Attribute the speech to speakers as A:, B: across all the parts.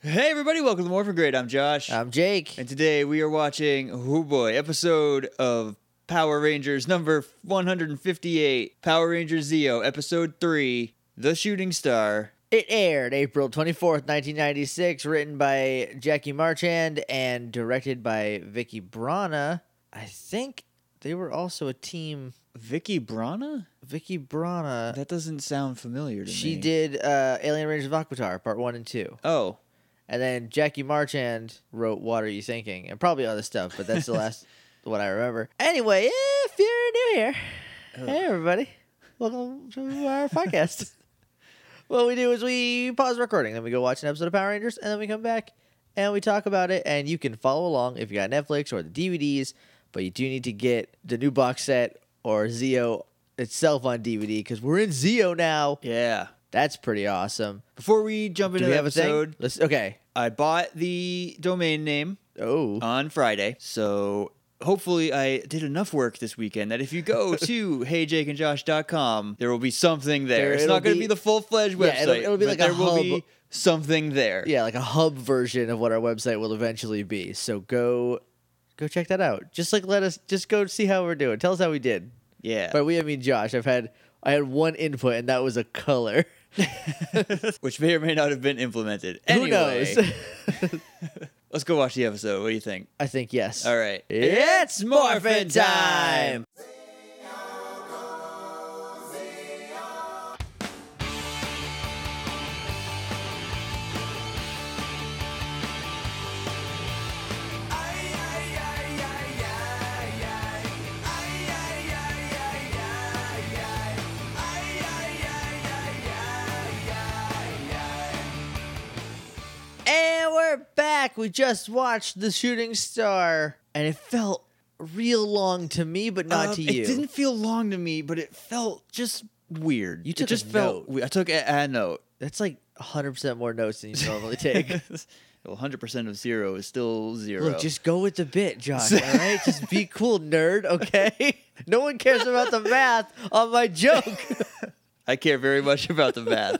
A: Hey everybody, welcome to Morphin Grid. I'm Josh.
B: I'm Jake.
A: and today we are watching Hoo Boy episode of Power Rangers number 158, Power Rangers Zeo episode 3, The Shooting Star.
B: It aired April 24th, 1996, written by Jackie Marchand and directed by Vicky Brana. I think they were also a team.
A: Vicky Brana?
B: Vicky Brana,
A: That doesn't sound familiar to me.
B: she did uh, Alien Rangers of Aquatar, part one and two.
A: Oh,
B: And then Jackie Marchand wrote What Are You Thinking? And probably other stuff, but that's the last what I remember. Anyway, if you're new here, hey everybody, welcome to our podcast. what we do is we pause recording, then we go watch an episode of Power Rangers, and then we come back and we talk about it. And you can follow along if you got Netflix or the DVDs, but you do need to get the new box set or Zeo itself on DVD because we're in Zeo now.
A: yeah.
B: That's pretty awesome.
A: Before we jump
B: Do
A: into
B: we
A: the
B: have a
A: episode,
B: thing? Let's, okay.
A: I bought the domain name
B: Oh.
A: on Friday. So hopefully I did enough work this weekend that if you go to heyjakeandjosh.com, there will be something there.
B: There-
A: it's
B: it'll
A: not going to
B: be-
A: be the full-fledged website.
B: Yeah, it'll- it'll be
A: but
B: like a
A: there will
B: hub.
A: be something there.
B: yeah like a hub version of what our website will eventually be so go go check that out just like let us just go see how we're doing tell us how we did
A: Yeah.
B: but we i mean josh i've had i had one input and that was a color
A: Which may or may not have been implemented.
B: who
A: Anyway,
B: knows
A: let's go watch the episode. What do you think?
B: i think yes
A: All right.
B: It's
A: Morphin
B: Morphin Time! And we're back. We just watched The Shooting Star, and it felt real long to me, but not
A: Um,
B: to you.
A: It didn't feel long to me, but it felt just weird.
B: You
A: It
B: took a
A: just felt
B: note.
A: we- I took a, a note.
B: That's like 100% more notes than you normally take.
A: Well, 100% of 0 is still 0.
B: Look, just go with the bit, Josh. all right, just be cool, nerd. Okay, no one cares about the math on my joke.
A: I care very much about the math.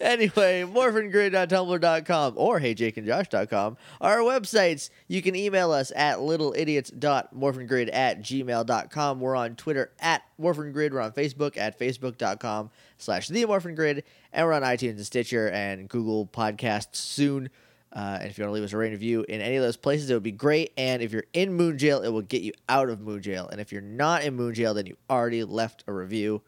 B: anyway, morphingrid.tumblr.com or heyjakeandjosh.com are our websites. You can email us at littleidiots.morphingrid at gmail.com. We're on Twitter at morphingrid. We're on Facebook at facebook.com slash the morphingrid. And we're on iTunes and Stitcher and Google Podcasts soon. Uh, and if you want to leave us a rating review in any of those places, it would be great. And if you're in Moon Jail, it will get you out of Moon Jail. And if you're not in Moon Jail, then you already left a review.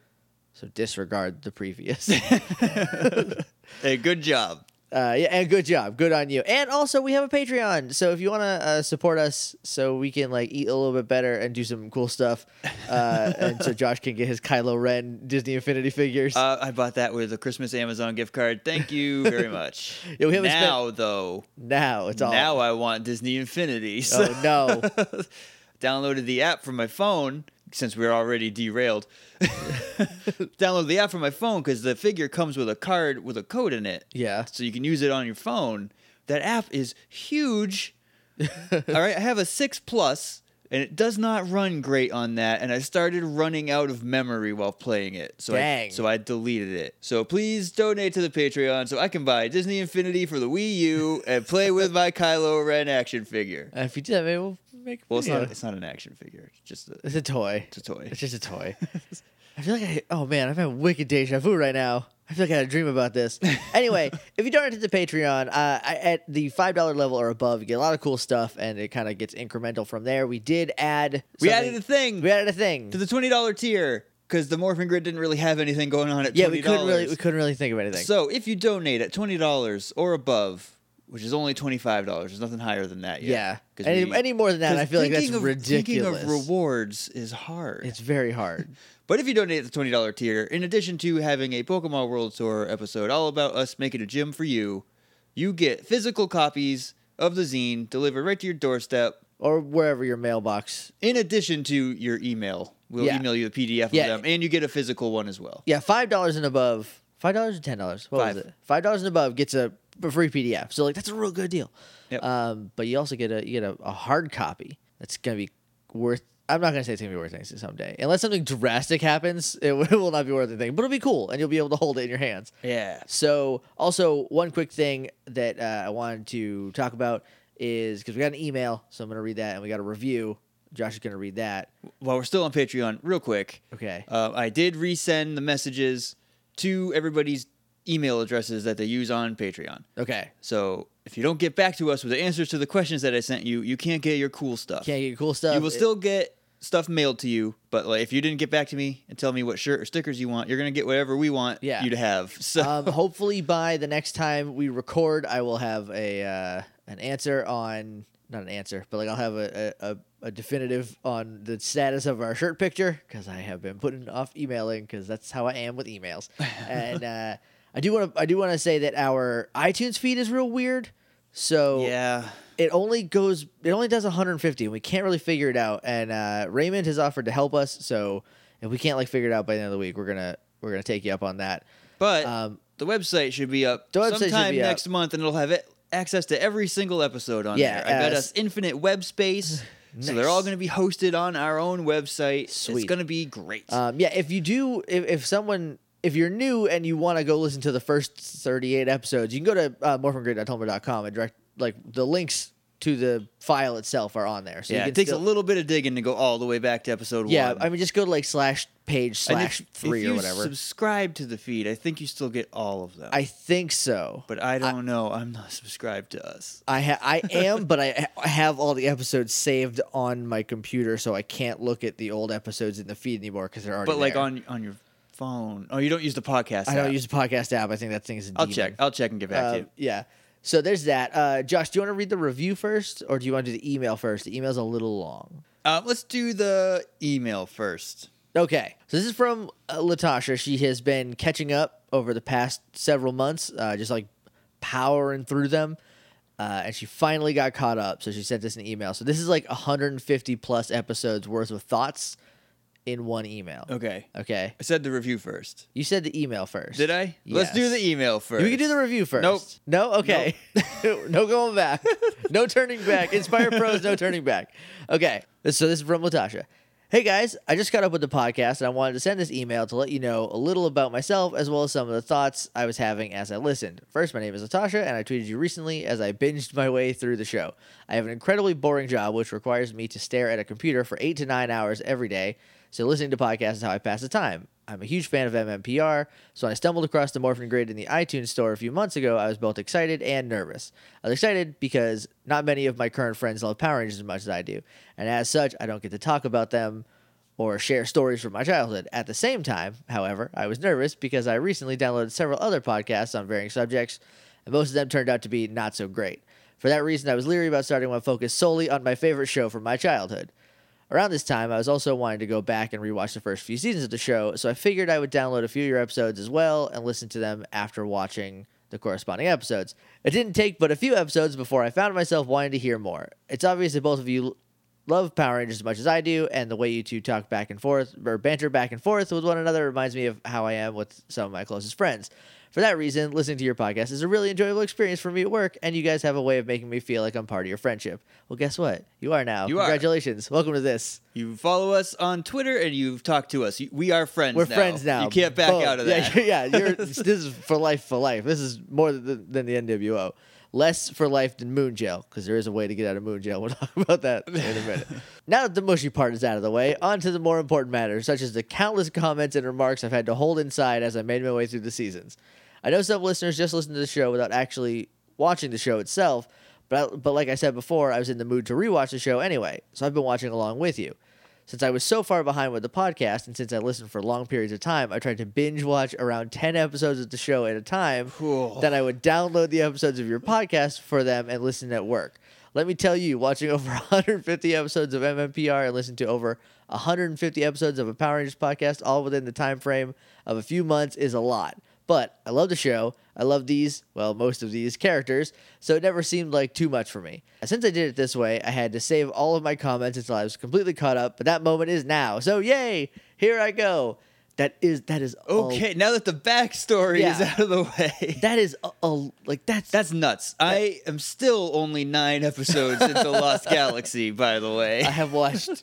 B: So disregard the previous.
A: hey, good job.
B: Uh, yeah, and good job, good on you. And also, we have a Patreon, so if you want to uh, support us, so we can like eat a little bit better and do some cool stuff, uh, and so Josh can get his Kylo Ren Disney Infinity figures.
A: Uh, I bought that with a Christmas Amazon gift card. Thank you very much.
B: Yeah, we haven't spent-
A: now, though,
B: now it's all.
A: now I want Disney Infinity. So
B: oh no!
A: downloaded the app from my phone since we're already derailed. Downloaded the app from my phone because the figure comes with a card with a code in it.
B: Yeah.
A: So you can use it on your phone. That app is huge. All right, I have a 6 plus and it does not run great on that and I started running out of memory while playing it. So I
B: Dang.
A: so I deleted it. So please donate to the Patreon so I can buy Disney Infinity for the Wii U and play with my Kylo Ren action figure.
B: Uh, if you do that, maybe we'll make. A
A: Well, it's
B: video.
A: not it's not an action figure. It's just a,
B: It's a toy.
A: it's a toy.
B: It's just a toy. I feel like I. Oh man, I'm having wicked deja vu right now. I feel like I had a dream about this. Anyway, if you donate to the Patreon, uh, I, at the five dollar level or above, you get a lot of cool stuff, and it kind of gets incremental from there. We did add.
A: We
B: something-
A: added a thing
B: We added a thing.
A: to the twenty dollar tier because the Morphin Grid didn't really have anything going on at
B: yeah,
A: twenty
B: we couldn't really we
A: dollars.
B: couldn't really think of anything.
A: So if you donate at twenty dollars or above, which is only twenty five dollars, there's nothing higher than that. Yet,
B: yeah,
A: 'Cause
B: any,
A: we-
B: any more than that,
A: 'cause
B: I feel like that's
A: thinking of-
B: ridiculous.
A: Thinking of rewards is hard.
B: it's very hard.
A: But if you donate at the twenty dollar tier, in addition to having a Pokemon World Tour episode all about us making a gym for you, you get physical copies of the zine delivered right to your doorstep.
B: or wherever your mailbox
A: in addition to your email, we'll
B: Yeah.
A: email you the PDF
B: Yeah.
A: of them, and you get a physical one as well.
B: Yeah, five dollars and above. Five dollars or ten dollars. What
A: Five.
B: was it? Five dollars and above gets a, a free PDF. So like that's a real good deal.
A: Yep.
B: Um, but you also get a you get a, a hard copy that's gonna be worth I'm not gonna say it's gonna be worth anything someday, unless something drastic happens. It will not be worth anything, but it'll be cool, and you'll be able to hold it in your hands.
A: Yeah.
B: So, also one quick thing that uh, I wanted to talk about is because we got an email, so I'm gonna read that, and we got a review. Josh is gonna read that.
A: While we're still on Patreon, real quick,
B: Okay.
A: uh, I did resend the messages to everybody's email addresses that they use on Patreon.
B: Okay.
A: So if you don't get back to us with the answers to the questions that I sent you, you can't get your cool stuff.
B: Can't get cool stuff.
A: you will
B: It-
A: still get stuff mailed to you, but like if you didn't get back to me and tell me what shirt or stickers you want, you're gonna get whatever we want
B: Yeah.
A: you to have. So
B: um, hopefully by the next time we record, I will have a uh, an answer on not an answer, but like I'll have a a, a, a definitive on the status of our shirt picture because I have been putting off emailing because that's how I am with emails. and uh, I do want to I do want to say that our iTunes feed is real weird. So
A: yeah,
B: it only goes it only does 150 and we can't really figure it out and uh, raymond has offered to help us so if we can't like figure it out by the end of the week we're gonna we're gonna take you up on that
A: but
B: um,
A: the website should be up
B: The website should
A: sometime
B: be up.
A: next month, and it'll have it, access to every single episode on
B: Yeah,
A: there. I got
B: uh,
A: us infinite web space, so they're all
B: Nice.
A: gonna be hosted on our own website.
B: Sweet.
A: It's gonna be great.
B: Um, yeah, if you do, if, if someone, if you're new and you want to go listen to the first 38 episodes, you can go to uh, morphingrid.tumblr.com and direct, like, the links to the file itself are on there. So
A: yeah,
B: you
A: it
B: can
A: takes
B: still-
A: a little bit of digging to go all the way back to episode
B: Yeah,
A: one.
B: I mean, just go to, like, slash page
A: And if-
B: slash three
A: if
B: or
A: you
B: whatever.
A: Subscribe to the feed. I think you still get all of them.
B: I think so.
A: but I don't know. I'm not subscribed to us.
B: I ha- I am, but I, ha- I have all the episodes saved on my computer, so I can't look at the old episodes in the feed anymore because they're already.
A: But like
B: there.
A: on on your phone. Oh, you don't use the podcast.
B: I don't
A: app.
B: use the podcast app. I think that thing is. a
A: I'll
B: demon.
A: check. I'll check and get back to
B: Um,
A: you.
B: yeah. So there's that. Uh, Josh, do you want to read the review first, or do you want to do the email first? The email's a little long.
A: Uh, let's do the email first.
B: Okay. So this is from uh, Latasha. She has been catching up over the past several months, uh, just like powering through them. Uh, and she finally got caught up. So she sent us an email. So this is like 150 plus episodes worth of thoughts in one email.
A: Okay.
B: Okay.
A: I said the review first.
B: You said the email first.
A: Did I? Let's do
B: Yes.
A: the email first.
B: You can do the review first.
A: Nope.
B: No? Okay. no going back. No turning back. Inspire Pros, no turning back. Okay. So this is from Latasha. Hey guys, I just caught up with the podcast and I wanted to send this email to let you know a little about myself as well as some of the thoughts I was having as I listened. First, my name is Latasha and I tweeted you recently as I binged my way through the show. I have an incredibly boring job which requires me to stare at a computer for eight to nine hours every day, so listening to podcasts is how I pass the time. I'm a huge fan of MMPR, so when I stumbled across the Morphin Grid in the iTunes store a few months ago, I was both excited and nervous. I was excited because not many of my current friends love Power Rangers as much as I do, and as such, I don't get to talk about them or share stories from my childhood. At the same time, however, I was nervous because I recently downloaded several other podcasts on varying subjects, and most of them turned out to be not so great. For that reason, I was leery about starting one focused solely on my favorite show from my childhood. Around this time, I was also wanting to go back and rewatch the first few seasons of the show, so I figured I would download a few of your episodes as well and listen to them after watching the corresponding episodes. It didn't take but a few episodes before I found myself wanting to hear more. It's obvious that both of you love Power Rangers as much as I do, and the way you two talk back and forth or banter back and forth with one another reminds me of how I am with some of my closest friends. For that reason, listening to your podcast is a really enjoyable experience for me at work, and you guys have a way of making me feel like I'm part of your friendship. Well, guess what? You are now.
A: You are.
B: Congratulations. Welcome to this.
A: You follow us on Twitter and you've talked to us. You- We are friends.
B: We're
A: now.
B: friends now.
A: You can't back
B: Boom.
A: out of
B: Yeah,
A: that.
B: Yeah, You're, this is for life, for life. This is more than, than the NWO. Less for life than moon jail, because there is a way to get out of moon jail. We'll talk about that in a minute. now that the mushy part is out of the way, on to the more important matters, such as the countless comments and remarks I've had to hold inside as I made my way through the seasons. I know some listeners just listen to the show without actually watching the show itself, but I, but like I said before, I was in the mood to rewatch the show anyway, so I've been watching along with you. Since I was so far behind with the podcast, and since I listened for long periods of time, I tried to binge watch around ten episodes of the show at a time.
A: Cool.
B: Then I would download the episodes of your podcast for them and listen at work. Let me tell you, watching over 150 episodes of MMPR and listening to over 150 episodes of a Power Rangers podcast, all within the time frame of a few months, is a lot. But I love the show. I love these, well, most of these characters, so it never seemed like too much for me. Since I did it this way, I had to save all of my comments until I was completely caught up, but that moment is now. So yay, here I go. That is that is a-
A: Okay, now that the backstory is
B: Yeah.
A: out of the way.
B: that is a, a- like that's
A: That's nuts. I am still only nine episodes into Lost Galaxy, by the way.
B: I have watched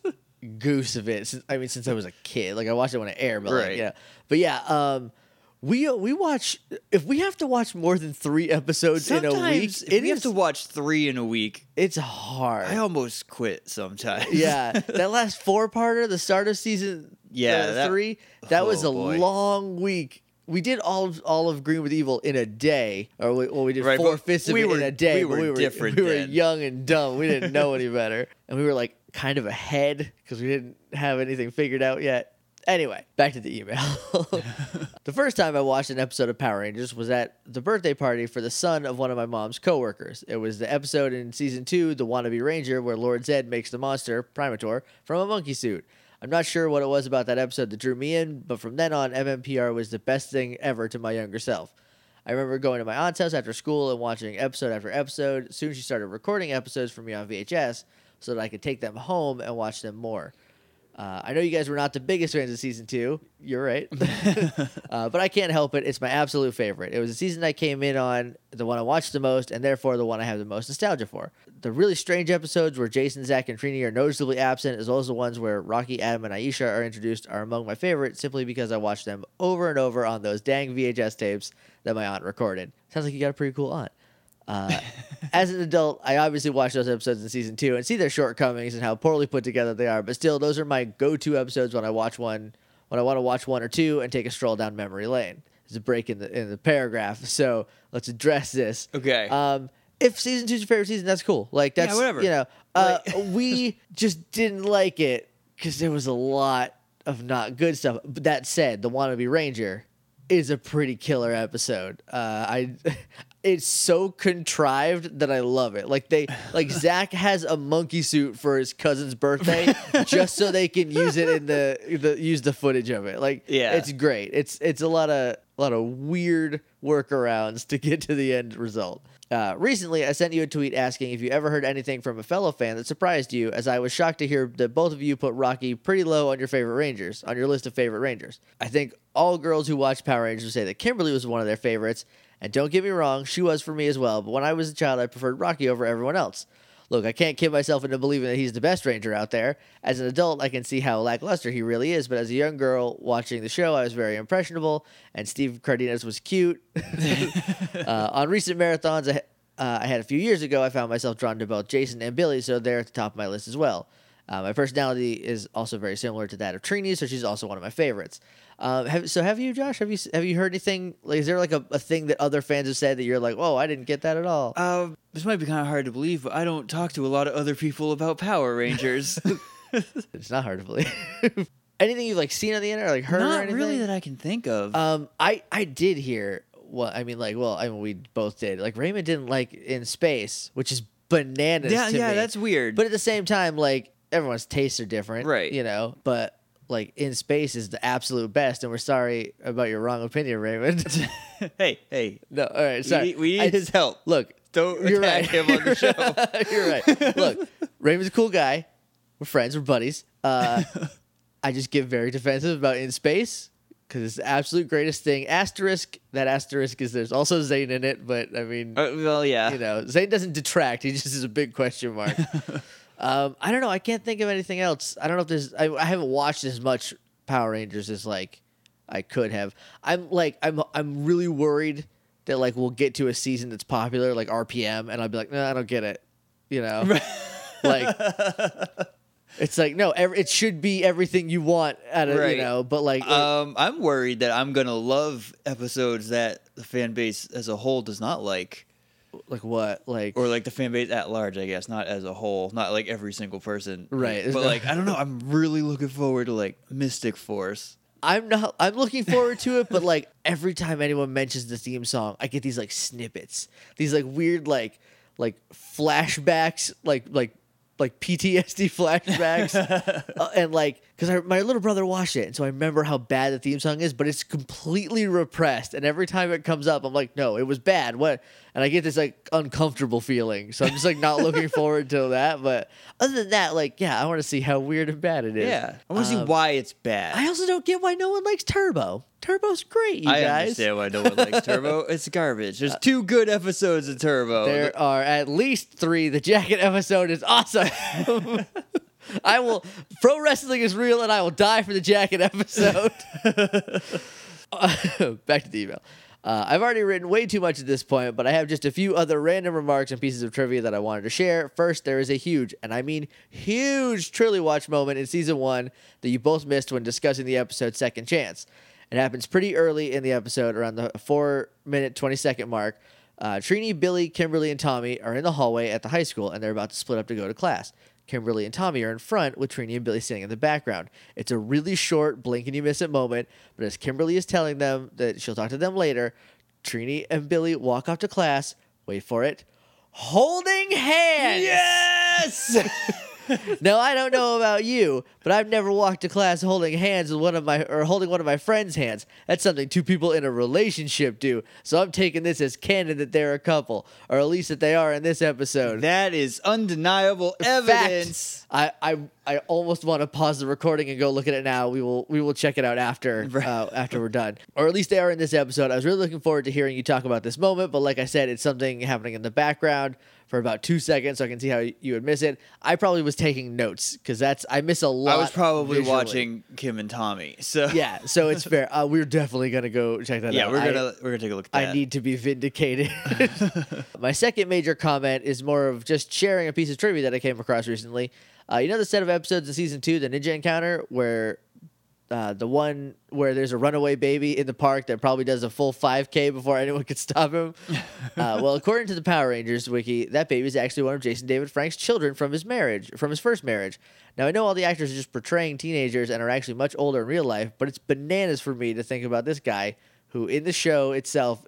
B: goose of it. Since, I mean, since I was a kid, like I watched it when it aired, but
A: Right.
B: like, yeah, but yeah, um, we we watch if we have to watch more than three episodes
A: Sometimes
B: in a week,
A: if
B: it
A: we have
B: is
A: to watch three in a week.
B: it's hard.
A: I almost quit sometimes.
B: yeah, that last four parter, the start of season
A: Yeah,
B: uh,
A: that-
B: three, that was a
A: oh, boy.
B: long week. We did all of, all of Green with Evil in a day, or we, well, we did
A: Right,
B: four
A: but
B: fifths of
A: we
B: it in
A: were-
B: a day.
A: we
B: but
A: were
B: we were
A: different
B: We were
A: then.
B: young and dumb. We didn't know any better, and we were like kind of ahead because we didn't have anything figured out yet. Anyway, back to the email. the first time I watched an episode of Power Rangers was at the birthday party for the son of one of my mom's coworkers. It was the episode in season two, The Wannabe Ranger, where Lord Zed makes the monster, Primator, from a monkey suit. I'm not sure what it was about that episode that drew me in, but from then on, MMPR was the best thing ever to my younger self. I remember going to my aunt's house after school and watching episode after episode. Soon she started recording episodes for me on VHS so that I could take them home and watch them more. Uh, I know you guys were not the biggest fans of season two. You're right. uh, but I can't help it. It's my absolute favorite. It was the season I came in on, the one I watched the most, and therefore the one I have the most nostalgia for. The really strange episodes where Jason, Zach, and Trini are noticeably absent, as well as the ones where Rocky, Adam, and Aisha are introduced, are among my favorites simply because I watched them over and over on those dang VHS tapes that my aunt recorded. Sounds like you got a pretty cool aunt. Uh, as an adult, I obviously watch those episodes in season two and see their shortcomings and how poorly put together they are. But still, those are my go-to episodes when I watch one, when I want to watch one or two and take a stroll down memory lane. There's a break in the in the paragraph, so let's address this.
A: Okay.
B: Um, if season two's your favorite season, that's cool. Like that's
A: whatever.
B: You know, uh, we just didn't like it because there was a lot of not good stuff. But that said, the wannabe ranger is a pretty killer episode. Uh, I, it's so contrived that I love it. Like they, like Zach has a monkey suit for his cousin's birthday just so they can use it in the, the use the footage of it. Like
A: Yeah.
B: it's great. It's it's a lot of a lot of weird workarounds to get to the end result. Uh, recently, I sent you a tweet asking if you ever heard anything from a fellow fan that surprised you, as I was shocked to hear that both of you put Rocky pretty low on your favorite Rangers, on your list of favorite Rangers. I think all girls who watch Power Rangers say that Kimberly was one of their favorites, and don't get me wrong, she was for me as well, but when I was a child, I preferred Rocky over everyone else. Look, I can't kid myself into believing that he's the best Ranger out there. As an adult, I can see how lackluster he really is, but as a young girl watching the show, I was very impressionable, and Steve Cardenas was cute. uh, on recent marathons I, uh, I had a few years ago, I found myself drawn to both Jason and Billy, so they're at the top of my list as well. Uh, my personality is also very similar to that of Trini, so she's also one of my favorites. Um, have, so have you, Josh? Have you have you heard anything? Like, is there like a, a thing that other fans have said that you're like, oh, I didn't get that at all?
A: Um, this might be kind of hard to believe, but I don't talk to a lot of other people about Power Rangers.
B: It's not hard to believe. anything you've like seen on the internet, or, like heard? or
A: Not
B: anything?
A: really that I can think of.
B: Um, I I did hear. Well, I mean, like, well, I mean, we both did. Like, Raymond didn't like in space, which is bananas.
A: yeah,
B: to
A: yeah,
B: me.
A: that's weird.
B: But at the same time, like, everyone's tastes are different,
A: Right.
B: You know, but like in space is the absolute best, and we're sorry about your wrong opinion, Raymond.
A: hey, hey,
B: no, all right, sorry.
A: need- we
B: I-
A: need his help.
B: Look,
A: don't
B: you're
A: attack
B: right.
A: him on the show. Uh,
B: You're right. Look, Raymond's a cool guy. We're friends. We're buddies. Uh, I just get very defensive about in space because it's the absolute greatest thing. Asterisk. That asterisk is there's also Zane in it, but I mean,
A: Uh, well, yeah.
B: you know, Zane doesn't detract. He just is a big question mark. um, I don't know. I can't think of anything else. I don't know if there's. I, I haven't watched as much Power Rangers as like I could have. I'm like I'm I'm really worried that like we'll get to a season that's popular like RPM, and I'll be like, no, I don't get it. You know, like. It's like no, every, it should be everything you want out of
A: Right.
B: you know, but like it-
A: Um, I'm worried that I'm gonna love episodes that the fan base as a whole does not like,
B: like what like
A: or like the fan base at large, I guess, not as a whole, not like every single person,
B: Right, there's
A: But
B: no-
A: like, I don't know. I'm really looking forward to like Mystic Force.
B: I'm not. I'm looking forward to it, but like every time anyone mentions the theme song, I get these like snippets, these like weird like like flashbacks, like like like PTSD flashbacks, Uh, and like because my little brother watched it, and so I remember how bad the theme song is, but it's completely repressed, and every time it comes up, I'm like, no, it was bad. What? And I get this like uncomfortable feeling, so I'm just like not looking forward to that. But other than that, like yeah, I want to see how weird and bad it is.
A: Yeah, I want to see
B: Um,
A: why it's bad.
B: I also don't get why no one likes Turbo. Turbo's great, you
A: I
B: guys. Uh,
A: understand why no one likes Turbo. It's garbage. There's two good episodes of Turbo.
B: There are at least three. The jacket episode is awesome. I will. Pro wrestling is real, and I will die for the jacket episode. Uh, back to the email. Uh, I've already written way too much at this point, but I have just a few other random remarks and pieces of trivia that I wanted to share. First, there is a huge, and I mean huge, Trilly Watch moment in season one that you both missed when discussing the episode Second Chance. It happens pretty early in the episode, around the four minute, 20 second mark. Uh, Trini, Billy, Kimberly, and Tommy are in the hallway at the high school, and they're about to split up to go to class. Kimberly and Tommy are in front with Trini and Billy sitting in the background. It's a really short blink and you miss it moment, but as Kimberly is telling them that she'll talk to them later, Trini and Billy walk off to class, wait for it, holding hands.
A: Yes.
B: Now I don't know about you, but I've never walked to class holding hands with one of my or holding one of my friend's hands. That's something two people in a relationship do. So I'm taking this as canon that they're a couple, or at least that they are in this episode.
A: that is undeniable
B: Fact.
A: evidence.
B: I, I I almost want to pause the recording and go look at it now. We will we will check it out after
A: Right.
B: uh, after we're done, or at least they are in this episode. I was really looking forward to hearing you talk about this moment, but like I said, it's something happening in the background for about two seconds, so I can see how you would miss it. I probably was taking notes because that's I miss a lot.
A: I was probably
B: visually.
A: watching Kim and Tommy. So
B: Yeah, so it's fair. Uh, we're definitely gonna go check that
A: yeah,
B: out.
A: we're
B: I-
A: gonna we're gonna take a look at that.
B: I need to be vindicated. My second major comment is more of just sharing a piece of trivia that I came across recently. Uh, you know the set of episodes in season two, the Ninja Encounter, where uh, the one where there's a runaway baby in the park that probably does a full 5K before anyone could stop him. uh, well, according to the Power Rangers wiki, that baby is actually one of Jason David Frank's children from his marriage, from his first marriage. Now I know all the actors are just portraying teenagers and are actually much older in real life, but it's bananas for me to think about this guy who, in the show itself,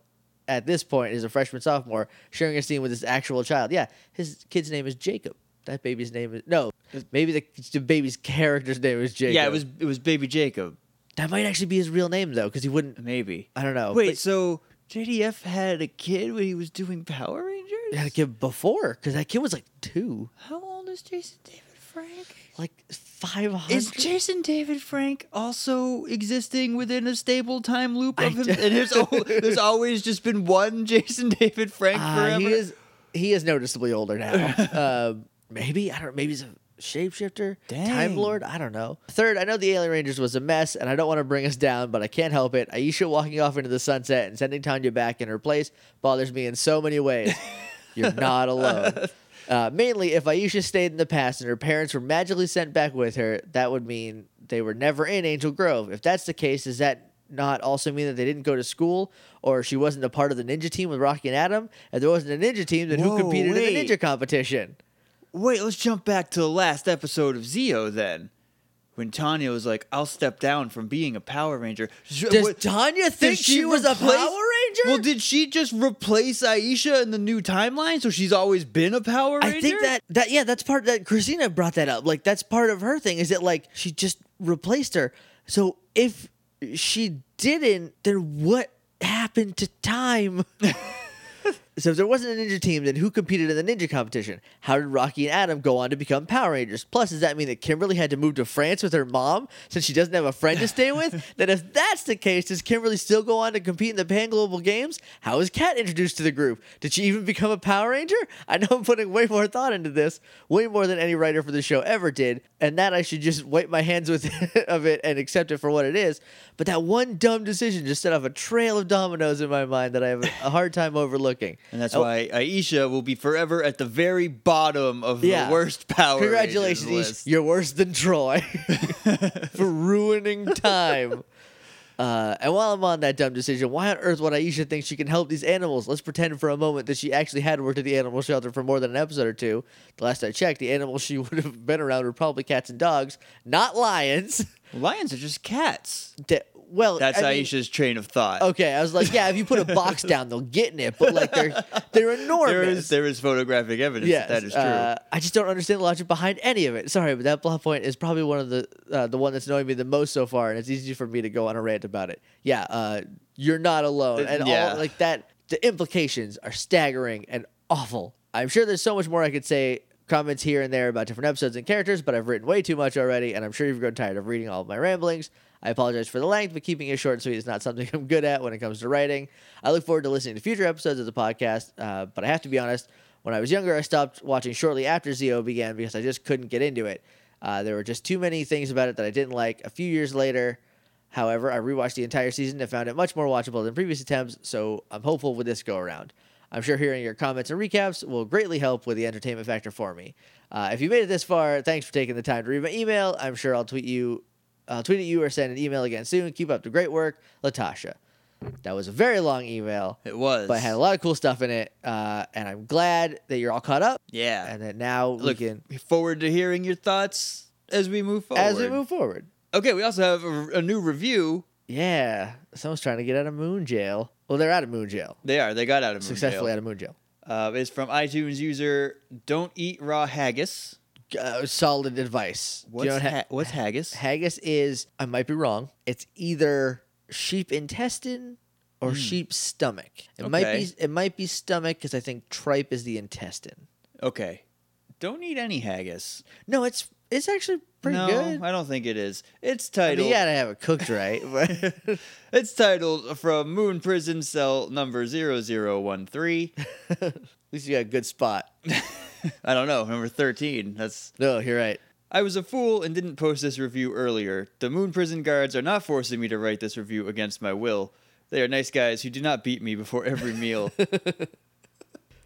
B: at this point is a freshman sophomore sharing a scene with his actual child. Yeah, his kid's name is Jacob. That baby's name is no. Maybe the, the baby's character's name is Jacob.
A: yeah, it was it was baby Jacob,
B: That might actually be his real name though, because he wouldn't.
A: maybe.
B: I don't know.
A: Wait,
B: Oh, But
A: so JDF had a kid when he was doing Power Rangers?
B: he had a kid before, because that kid was like two,
A: How old is Jason David Frank?
B: like five
A: Is
B: hundred.
A: Jason David Frank also existing within a stable time loop
B: I
A: of him?
B: don't-
A: And there's, al- there's always just been one Jason David Frank
B: Ah,
A: forever.
B: he is. He is noticeably older now. um, maybe I don't. Maybe he's a shapeshifter, time
A: Dang.
B: lord. I don't know. Third, I know the Alien Rangers was a mess, and I don't want to bring us down, but I can't help it. Aisha walking off into the sunset and sending Tanya back in her place bothers me in so many ways. You're not alone. Uh, mainly, if Aisha stayed in the past and her parents were magically sent back with her, that would mean they were never in Angel Grove. If that's the case, does that not also mean that they didn't go to school or she wasn't a part of the ninja team with Rocky and Adam? If there wasn't a ninja team, then who
A: Whoa,
B: competed in
A: wait.
B: the ninja competition?
A: Wait, let's jump back to the last episode of Zio then. When Tanya was like, I'll step down from being a Power Ranger. Sh-
B: Does
A: what-
B: Tanya think
A: did
B: she, was a Power
A: replace-
B: Ranger?
A: Well, did she just replace Aisha in the new timeline so she's always been a Power Ranger?
B: I think that that yeah, that's part that Christina brought that up. Like that's part of her thing is that like she just replaced her. So if she didn't, then what happened to time? so if there wasn't a ninja team, then who competed in the ninja competition? How did Rocky and Adam go on to become Power Rangers? Plus, does that mean that Kimberly had to move to France with her mom since she doesn't have a friend to stay with? then if that's the case, does Kimberly still go on to compete in the Pan Global Games? How is Kat introduced to the group? Did she even become a Power Ranger? I know I'm putting way more thought into this, way more than any writer for the show ever did, and that I should just wipe my hands with of it and accept it for what it is. But that one dumb decision just set off a trail of dominoes in my mind that I have a hard time overlooking.
A: And that's
B: Oh,
A: why Aisha will be forever at the very bottom of
B: Yeah.
A: the worst Power
B: Congratulations,
A: Rangers
B: Ish. You're worse than Troy for ruining time. Uh, and while I'm on that dumb decision, why on earth would Aisha think she can help these animals? Let's pretend for a moment that she actually had worked at the animal shelter for more than an episode or two. The last I checked, the animals she would have been around were probably cats and dogs, not lions.
A: Lions are just cats.
B: That- well,
A: That's
B: I mean,
A: Aisha's train of thought.
B: Okay, I was like, yeah, if you put a box down, they'll get in it. But like, they're they're enormous.
A: there is there is photographic evidence
B: Yes,
A: that that is true.
B: uh, I just don't understand the logic behind any of it. Sorry, but that plot point is probably one of the uh, the one that's annoying me the most so far, and it's easy for me to go on a rant about it. Yeah, uh, you're not alone,
A: Uh,
B: and
A: yeah.
B: all like that. The implications are staggering and awful. I'm sure there's so much more I could say. Comments here and there about different episodes and characters, but I've written way too much already, and I'm sure you've grown tired of reading all of my ramblings. I apologize for the length, but keeping it short and sweet is not something I'm good at when it comes to writing. I look forward to listening to future episodes of the podcast, uh, but I have to be honest, when I was younger, I stopped watching shortly after Zio began because I just couldn't get into it. Uh, there were just too many things about it that I didn't like. A few years later, however, I rewatched the entire season and found it much more watchable than previous attempts, so I'm hopeful with this go around. I'm sure hearing your comments and recaps will greatly help with the entertainment factor for me. Uh, if you made it this far, thanks for taking the time to read my email. I'm sure I'll tweet you, I'll tweet at you or send an email again soon. Keep up the great work, Latasha. That was a very long email,
A: It was.
B: but it had a lot of cool stuff in it, uh, and I'm glad that you're all caught up
A: yeah.
B: and that now
A: Look,
B: we can,
A: forward to hearing your thoughts as we move forward.
B: as we move forward.
A: Okay, we also have a, a new review.
B: Yeah, someone's trying to get out of moon jail. Well, they're out of moon jail.
A: They are. They got out of
B: Successfully
A: Moondale.
B: out of moon jail.
A: Uh, it's from iTunes user Don't Eat Raw Haggis.
B: Uh, solid advice. Do you
A: What's,
B: know what ha-
A: ha- what's haggis?
B: haggis is? I might be wrong. It's either sheep intestine or sheep stomach. It might be.
A: Hmm. Okay.
B: It might be stomach because I think tripe is the intestine.
A: Okay. Don't eat any haggis.
B: No, it's it's actually pretty
A: no,
B: good.
A: I don't think it is. It's
B: I mean,
A: titled
B: you gotta have it cooked right. but-
A: It's titled From Moon Prison Cell Number 0013.
B: At least you got a good spot.
A: I don't know, number 13. That's
B: No, you're right.
A: I was a fool and didn't post this review earlier. The Moon Prison guards are not forcing me to write this review against my will. They are nice guys who do not beat me before every meal.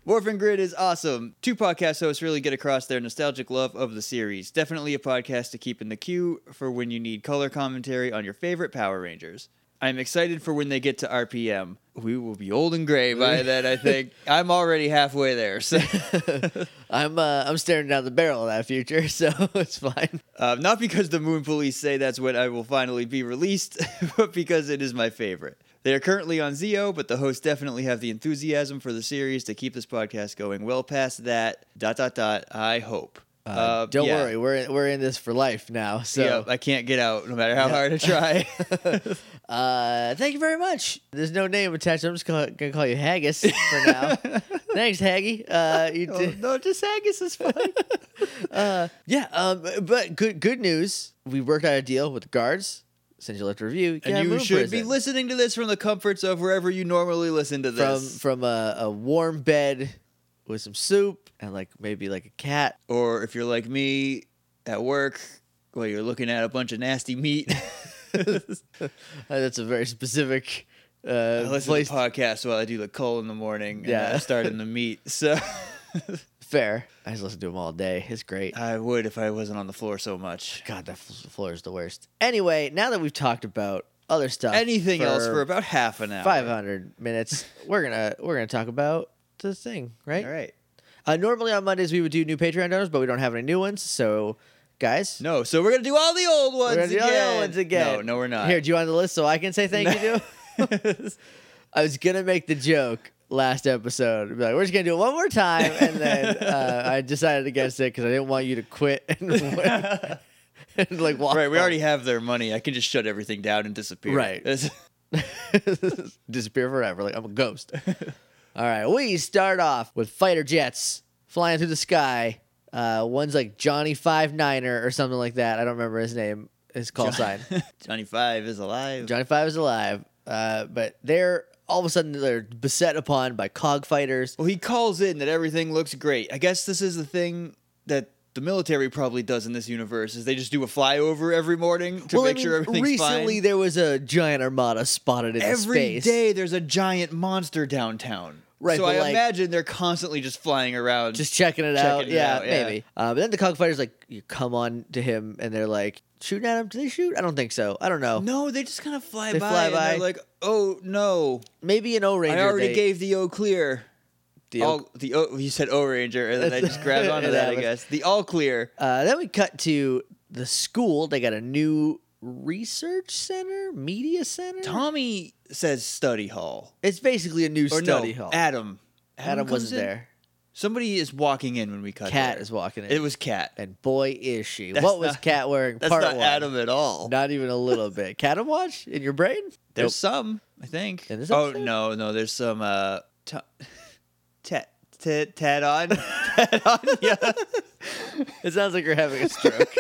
A: Morphin Grid is awesome. Two podcast hosts really get across their nostalgic love of the series. Definitely a podcast to keep in the queue for when you need color commentary on your favorite Power Rangers. I'm excited for when they get to RPM. We will be old and gray by then, I think. I'm already halfway there. So.
B: I'm uh, I'm staring down the barrel of that future, so it's fine.
A: Uh, not because the Moon Police say that's when I will finally be released, but because it is my favorite. They are currently on Zio, but the hosts definitely have the enthusiasm for the series to keep this podcast going well past that. Dot dot dot. I hope.
B: Uh, don't
A: yeah.
B: worry, we're in, we're in this for life now. So
A: Yeah, I can't get out no matter how hard I try.
B: uh, thank you very much. There's no name attached. I'm just call, gonna call you Haggis for now. Thanks, Haggy. Uh, you
A: Oh,
B: did,
A: no, just Haggis is fine.
B: uh, yeah. Um, but good good news. We worked out a deal with the guards. Since you left a review, you
A: and
B: can't
A: you
B: move
A: should be
B: prison.
A: listening to this from the comforts of wherever you normally listen to
B: from
A: this.
B: from a, a warm bed with some soup and like maybe like a cat.
A: or if you're like me at work, well, you're looking at a bunch of nasty meat.
B: Uh, that's a very specific uh,
A: I listen
B: place.
A: to podcasts while I do the coal in the morning. And
B: Yeah.
A: I start in the meat. So
B: Fair. I just listen to them all day. It's great.
A: I would if I wasn't on the floor so much.
B: God, that f- floor is the worst. Anyway, now that we've talked about other stuff,
A: Anything else for about half an hour.
B: five uh, hundred minutes, we're gonna we're gonna talk about the thing, right?
A: All right.
B: Uh, normally on Mondays we would do new Patreon donors, but we don't have any new ones. So, guys,
A: No, so we're gonna do all the old
B: we're
A: ones
B: gonna do
A: again.
B: the other ones again.
A: No, no, we're not.
B: Here, do you want the list so I can say thank you? to you? I was gonna make the joke last episode. Be like, we're just gonna do it one more time, and then uh, I decided against it because I didn't want you to quit and, and like walk.
A: Right, we
B: home.
A: already have their money. I can just shut everything down and disappear.
B: Right.
A: That's-
B: disappear forever. Like I'm a ghost. All right, we start off with fighter jets flying through the sky. Uh, one's like Johnny Five Niner or something like that. I don't remember his name. His call sign.
A: Johnny Five is alive.
B: Johnny Five is alive, uh, but they're all of a sudden they're beset upon by cog fighters.
A: well, he calls in that everything looks great. I guess this is the thing that the military probably does in this universe is they just do a flyover every morning to
B: well,
A: make
B: I mean,
A: sure everything's fine.
B: recently there was a giant armada spotted in
A: Every day
B: space.
A: there's a giant monster downtown.
B: Right,
A: So
B: but,
A: I
B: like-
A: imagine they're constantly just flying around.
B: just checking it
A: Checking
B: out.
A: it
B: yeah,
A: out, yeah.
B: maybe. Uh, but then the cogfighter's like, you come on to him, and they're like shooting at him. Do they shoot? I don't think so. I don't know.
A: no, they just kind of fly
B: They
A: by.
B: fly
A: and they're
B: by.
A: like, oh no,
B: Maybe an O Ranger.
A: I already
B: they-
A: gave the O clear.
B: the O-
A: all the O. You said O Ranger, and then I just grabbed onto
B: It
A: that. I
B: happens.
A: guess the all clear.
B: Uh, then we cut to the school. They got a new research center, media center.
A: Tommy says study hall
B: It's basically a new
A: or
B: study
A: no,
B: hall.
A: Adam.
B: Adam
A: comes
B: wasn't
A: in?
B: there.
A: Somebody is walking in when we cut.
B: Cat
A: there.
B: is walking in.
A: It was Cat.
B: and boy is she.
A: That's
B: What was
A: not-
B: Cat wearing?
A: That's
B: part
A: not
B: one.
A: Adam at all.
B: Not even a little bit. Cat and watch in your brain?
A: There's
B: Nope.
A: some, I think.
B: In this
A: oh
B: episode?
A: no, no, there's some uh t- tat tat tat on tat on. Yeah,
B: It sounds like you're having a stroke.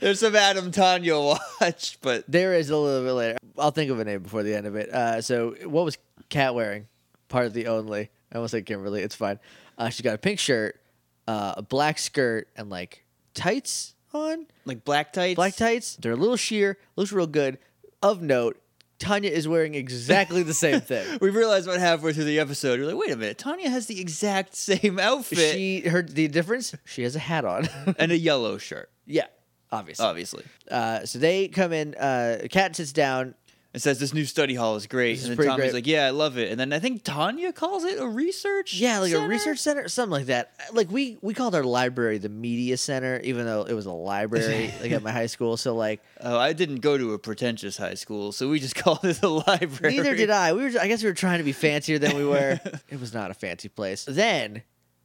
A: there's some Adam Tanya watch, but
B: there is a little bit later. I'll think of a name before the end of it. Uh, so what was Cat wearing? Part of the only. I almost said Kimberly. It's fine. Uh, she's got a pink shirt, uh, a black skirt, and like tights on?
A: Like black tights.
B: Black tights. They're a little sheer. Looks real good. Of note, Tanya is wearing exactly the same thing.
A: We realized about halfway through the episode, we're like, wait a minute, Tanya has the exact same outfit
B: She her the difference. She has a hat on.
A: and a yellow shirt,
B: yeah, obviously.
A: obviously.
B: Uh, so they come in. Uh, Kat sits down.
A: It says this new study hall is great,
B: This is
A: and then
B: pretty
A: Tommy's
B: great.
A: like, "Yeah, I love it." And then I think Tanya calls it a research.
B: Yeah, like a
A: center?
B: research center, something like that. Uh, Like we we called our library the media center, even though it was a library like at my high school. So like
A: Oh, I didn't go to a pretentious high school, so we just called it a library.
B: Neither did I. We were. I guess we were trying to be fancier than we were. it was not a fancy place. Then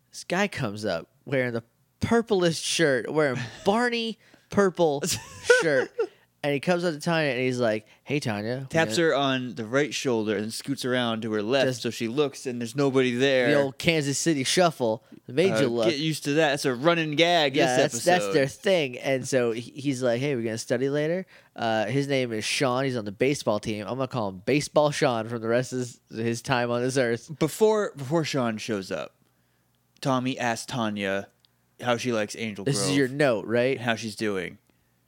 B: this guy comes up wearing the purplest shirt, wearing Barney purple shirt, and he comes up to Tanya and he's like, "Hey, Tanya." we
A: Taps
B: gonna-
A: her on the right shoulder and scoots around to her left,
B: Just-
A: so she looks and there's nobody there.
B: The old Kansas City shuffle made
A: Uh,
B: you look.
A: Get used to that. It's a running gag.
B: yeah,
A: this
B: that's,
A: episode.
B: that's their thing. And so he- he's like, hey, we're going to study later. Uh, his name is Sean. He's on the baseball team. I'm going to call him Baseball Sean from the rest of his, his time on this earth.
A: before before Sean shows up. Tommy asks Tanya how she likes Angel
B: This
A: Grove
B: is your note, right?
A: and how she's doing.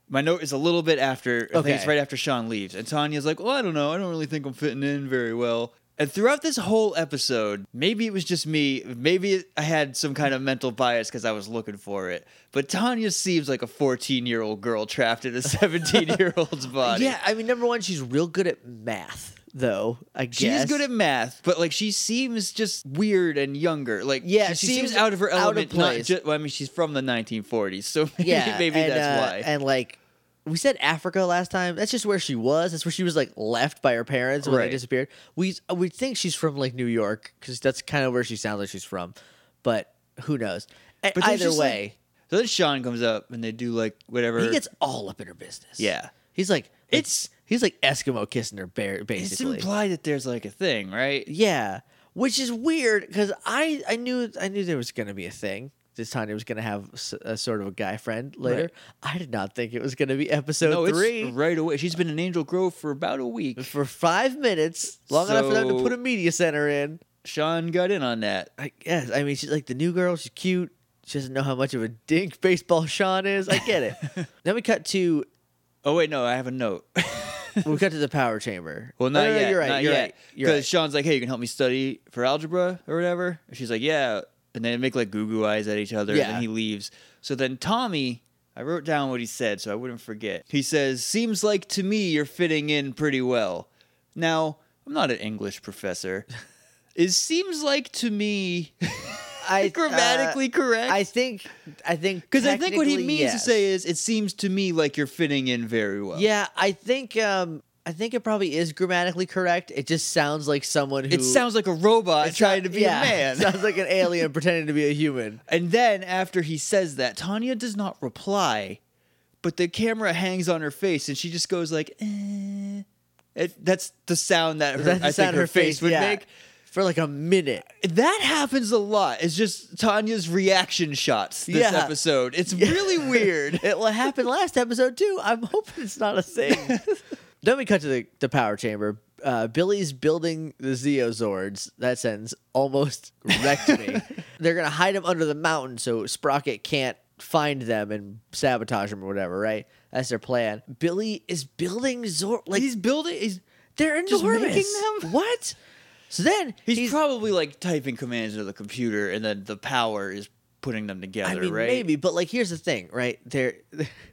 A: My note is a little bit after. I think it's
B: Okay.
A: right after Sean leaves, and Tanya's like, "Well, I don't know. I don't really think I'm fitting in very well." And throughout this whole episode, maybe it was just me. Maybe it- I had some kind of mental bias because I was looking for it. But Tanya seems like a 14 year old girl trapped in a 17 year old's body.
B: Yeah, I mean, number one, she's real good at math, though. I guess
A: She's good at math, but like she seems just weird and younger. Like
B: Yeah,
A: she,
B: she
A: seems,
B: seems
A: out of her
B: out of
A: element. not
B: place.
A: ju- well, I mean, she's from the 1940s, so maybe,
B: yeah.
A: maybe
B: and,
A: that's
B: uh,
A: why.
B: And like we said, Africa last time. That's just where she was. That's where she was like left by her parents when
A: Right.
B: they disappeared. We uh, we think she's from like New York because that's kind of where she sounds like she's from, but who knows? A-
A: But there's
B: either
A: just, like,
B: way,
A: so then Sean comes up and they do like whatever.
B: he gets all up in her business.
A: Yeah.
B: he's like,
A: It's-
B: it's he's like Eskimo kissing her bear,
A: it's
B: basically.
A: implied that there's like a thing, right?
B: Yeah, which is weird because I I knew I knew there was gonna be a thing. This Tanya was gonna have s- a sort of a guy friend later. I did not think it was gonna be episode
A: no,
B: three
A: it's right away. She's been in Angel Grove for about a week.
B: for five minutes, long enough for them to
A: So-
B: put a media center in.
A: Sean got in on that.
B: I guess. I mean, she's like the new girl. She's cute. She doesn't know how much of a dink baseball Sean is. I get it. then we cut to
A: Oh wait, no, I have a note.
B: we cut to the power chamber.
A: Well,
B: No,
A: not
B: no, no,
A: yet.
B: You're right.
A: not
B: you're
A: yet.
B: right. You're right.
A: Sean's like, "Hey, you can help me study for algebra or whatever." And she's like, "Yeah," and they make like goo goo eyes at each other, and
B: Yeah.
A: then he leaves. So then Tommy, I wrote down what he said so I wouldn't forget. He says, "Seems like to me you're fitting in pretty well." Now, I'm not an English professor. Is seems like to me
B: I, uh,
A: grammatically correct?
B: I think. I think
A: because I think what he
B: technically,
A: means to
B: yes.
A: say is, it seems to me like you're fitting in very well.
B: Yeah, I think um I think it probably is grammatically correct. It just sounds like someone who
A: It sounds like a robot
B: It's
A: trying
B: not-
A: to be
B: yeah,
A: a man.
B: sounds like an alien pretending to be a human.
A: And then after he says that, Tanya does not reply, but the camera hangs on her face and she just goes like, eh. It- that's the sound that her,
B: That's the
A: I think
B: sound
A: her, face, would
B: yeah,
A: make.
B: for like a minute.
A: That happens a lot. It's just Tanya's reaction shots this
B: Yeah.
A: episode. It's really weird.
B: It will happen last episode too. I'm hoping it's not a thing. then we cut to the, the power chamber. Uh, Billy's building the Zeozords. That sentence almost wrecked me. They're gonna hide them under the mountain so Sprocket can't find them and sabotage them or whatever. Right? That's their plan. Billy is building Zord like
A: he's building. He's
B: they're
A: just
B: enormous.
A: making them?
B: What? So then
A: he's,
B: he's,
A: probably like typing commands into the computer, and then the power is putting them
B: I
A: together.
B: mean,
A: right?
B: maybe, but like, here's the thing, right? They're,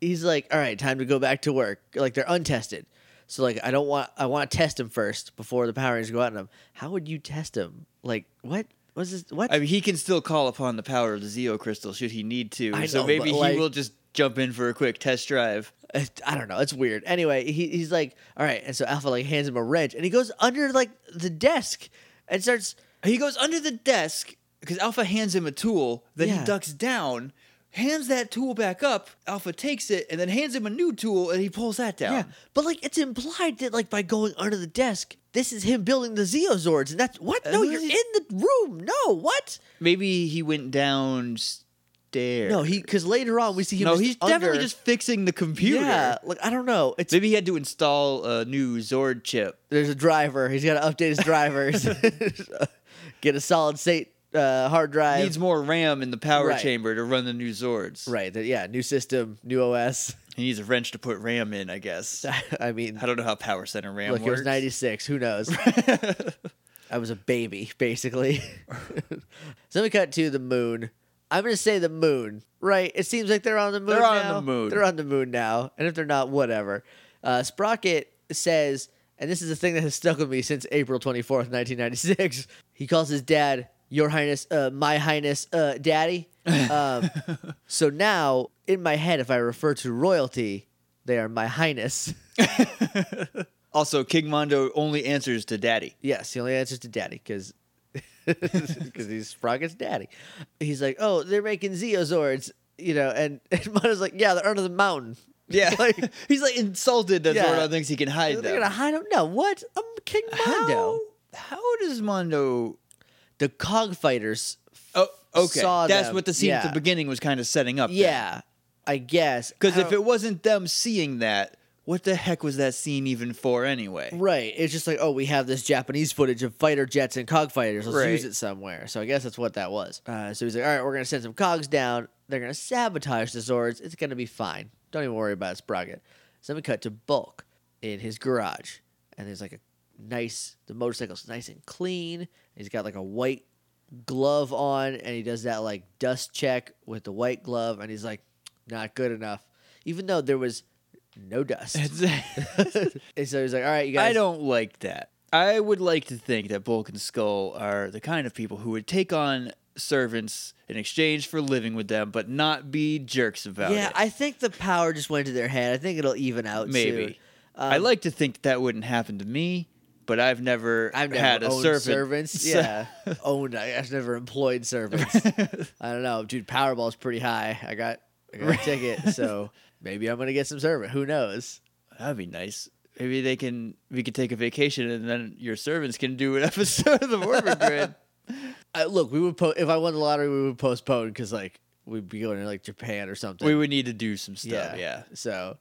B: he's like, all right, time to go back to work. Like, they're untested, so like, I don't want, I want to test them first before the Power Rangers go out on them. How would you test them? Like, what was this? What?
A: I mean, he can still call upon the power of the Zeo crystal should he need to.
B: I
A: so
B: know,
A: maybe
B: but,
A: he
B: like-
A: will just jump in for a quick test drive.
B: It- I don't know. It's weird. Anyway, he, he's like, all right, and so Alpha like hands him a wrench, and he goes under like the desk and starts.
A: He goes under the desk because Alpha hands him a tool. Then he
B: Yeah.
A: ducks down, hands that tool back up. Alpha takes it and then hands him a new tool, and he pulls that down.
B: Yeah, but like it's implied that like by going under the desk, this is him building the Zeozords, and that's what? No,
A: Uh,
B: you're in the room. No, what?
A: Maybe he went downstairs.
B: No, he because later on we see him.
A: no,
B: just
A: he's definitely
B: under-
A: just fixing the computer.
B: yeah. Like I don't know. It's
A: Maybe he had to install a new Zord chip.
B: there's a driver. He's got to update his drivers, get a solid state uh, uh, hard drive.
A: Needs more RAM in the power
B: Right.
A: chamber to run the new Zords.
B: right. that- Yeah. New system. New OS.
A: He needs a wrench to put RAM in, I guess.
B: I mean,
A: I don't know how Power Center RAM
B: look, it
A: works.
B: was '96. Who knows? I was a baby, basically. so we cut to the moon. I'm gonna say the moon, right? It seems like they're on the moon.
A: They're on the
B: now.
A: moon.
B: They're on the moon now, and if they're not, whatever. Uh, Sprocket says, and this is a thing that has stuck with me since April 24th, 1996. He calls his dad, Your Highness, uh, My Highness, uh, Daddy. Um, so now, in my head, if I refer to royalty, they are My Highness.
A: also, King Mondo only answers to Daddy.
B: Yes, he only answers to daddy because he's Sprocket's daddy. He's like, oh, they're making Zeozords, you know, and, and Mono's like, yeah, they're under the mountain.
A: Yeah,
B: like,
A: he's like insulted that
B: Yeah.
A: Zordon thinks he can hide
B: they're
A: them.
B: gonna hide him. No, what? I'm King Mondo.
A: how, how does Mondo?
B: The Cogfighters.
A: Oh, okay.
B: Saw
A: That's
B: them.
A: what the scene at
B: Yeah.
A: the beginning was kind of setting up.
B: Yeah, I guess
A: because
B: I
A: if
B: don't-
A: it wasn't them seeing that, what the heck was that scene even for anyway?
B: right, it's just like, oh, we have this Japanese footage of fighter jets and Cogfighters. Let's
A: Right.
B: use it somewhere. So I guess that's what that was. Uh, so he's like, all right, we're gonna send some cogs down. They're gonna sabotage the Zords. It's gonna be fine. Don't even worry about Sprocket. So then we cut to Bulk in his garage, and there's like a nice. The motorcycle's nice and clean. He's got like a white glove on, and he does that like dust check with the white glove, and he's like, not good enough. Even though there was no dust. and so he's like, all right, you guys.
A: I don't like that. I would like to think that Bulk and Skull are the kind of people who would take on servants in exchange for living with them, but not be jerks about
B: yeah,
A: it.
B: I think the power just went to their head. I think it'll even out.
A: Maybe.
B: soon.
A: I
B: Um,
A: like to think that, that wouldn't happen to me, but I've never,
B: I've never
A: had a
B: owned
A: servant.
B: servants.
A: So-
B: Yeah, owned. I, I've never employed servants. I don't know, dude. Powerball's pretty high. I got, I got a ticket, so maybe I'm gonna get some servant. Who knows?
A: That'd be nice. Maybe they can we could take a vacation and then your servants can do an episode of the Mormon Grid.
B: I, look, we would po- if I won the lottery, we would postpone because like we'd be going to like Japan or something.
A: we would need to do some stuff, yeah.
B: So,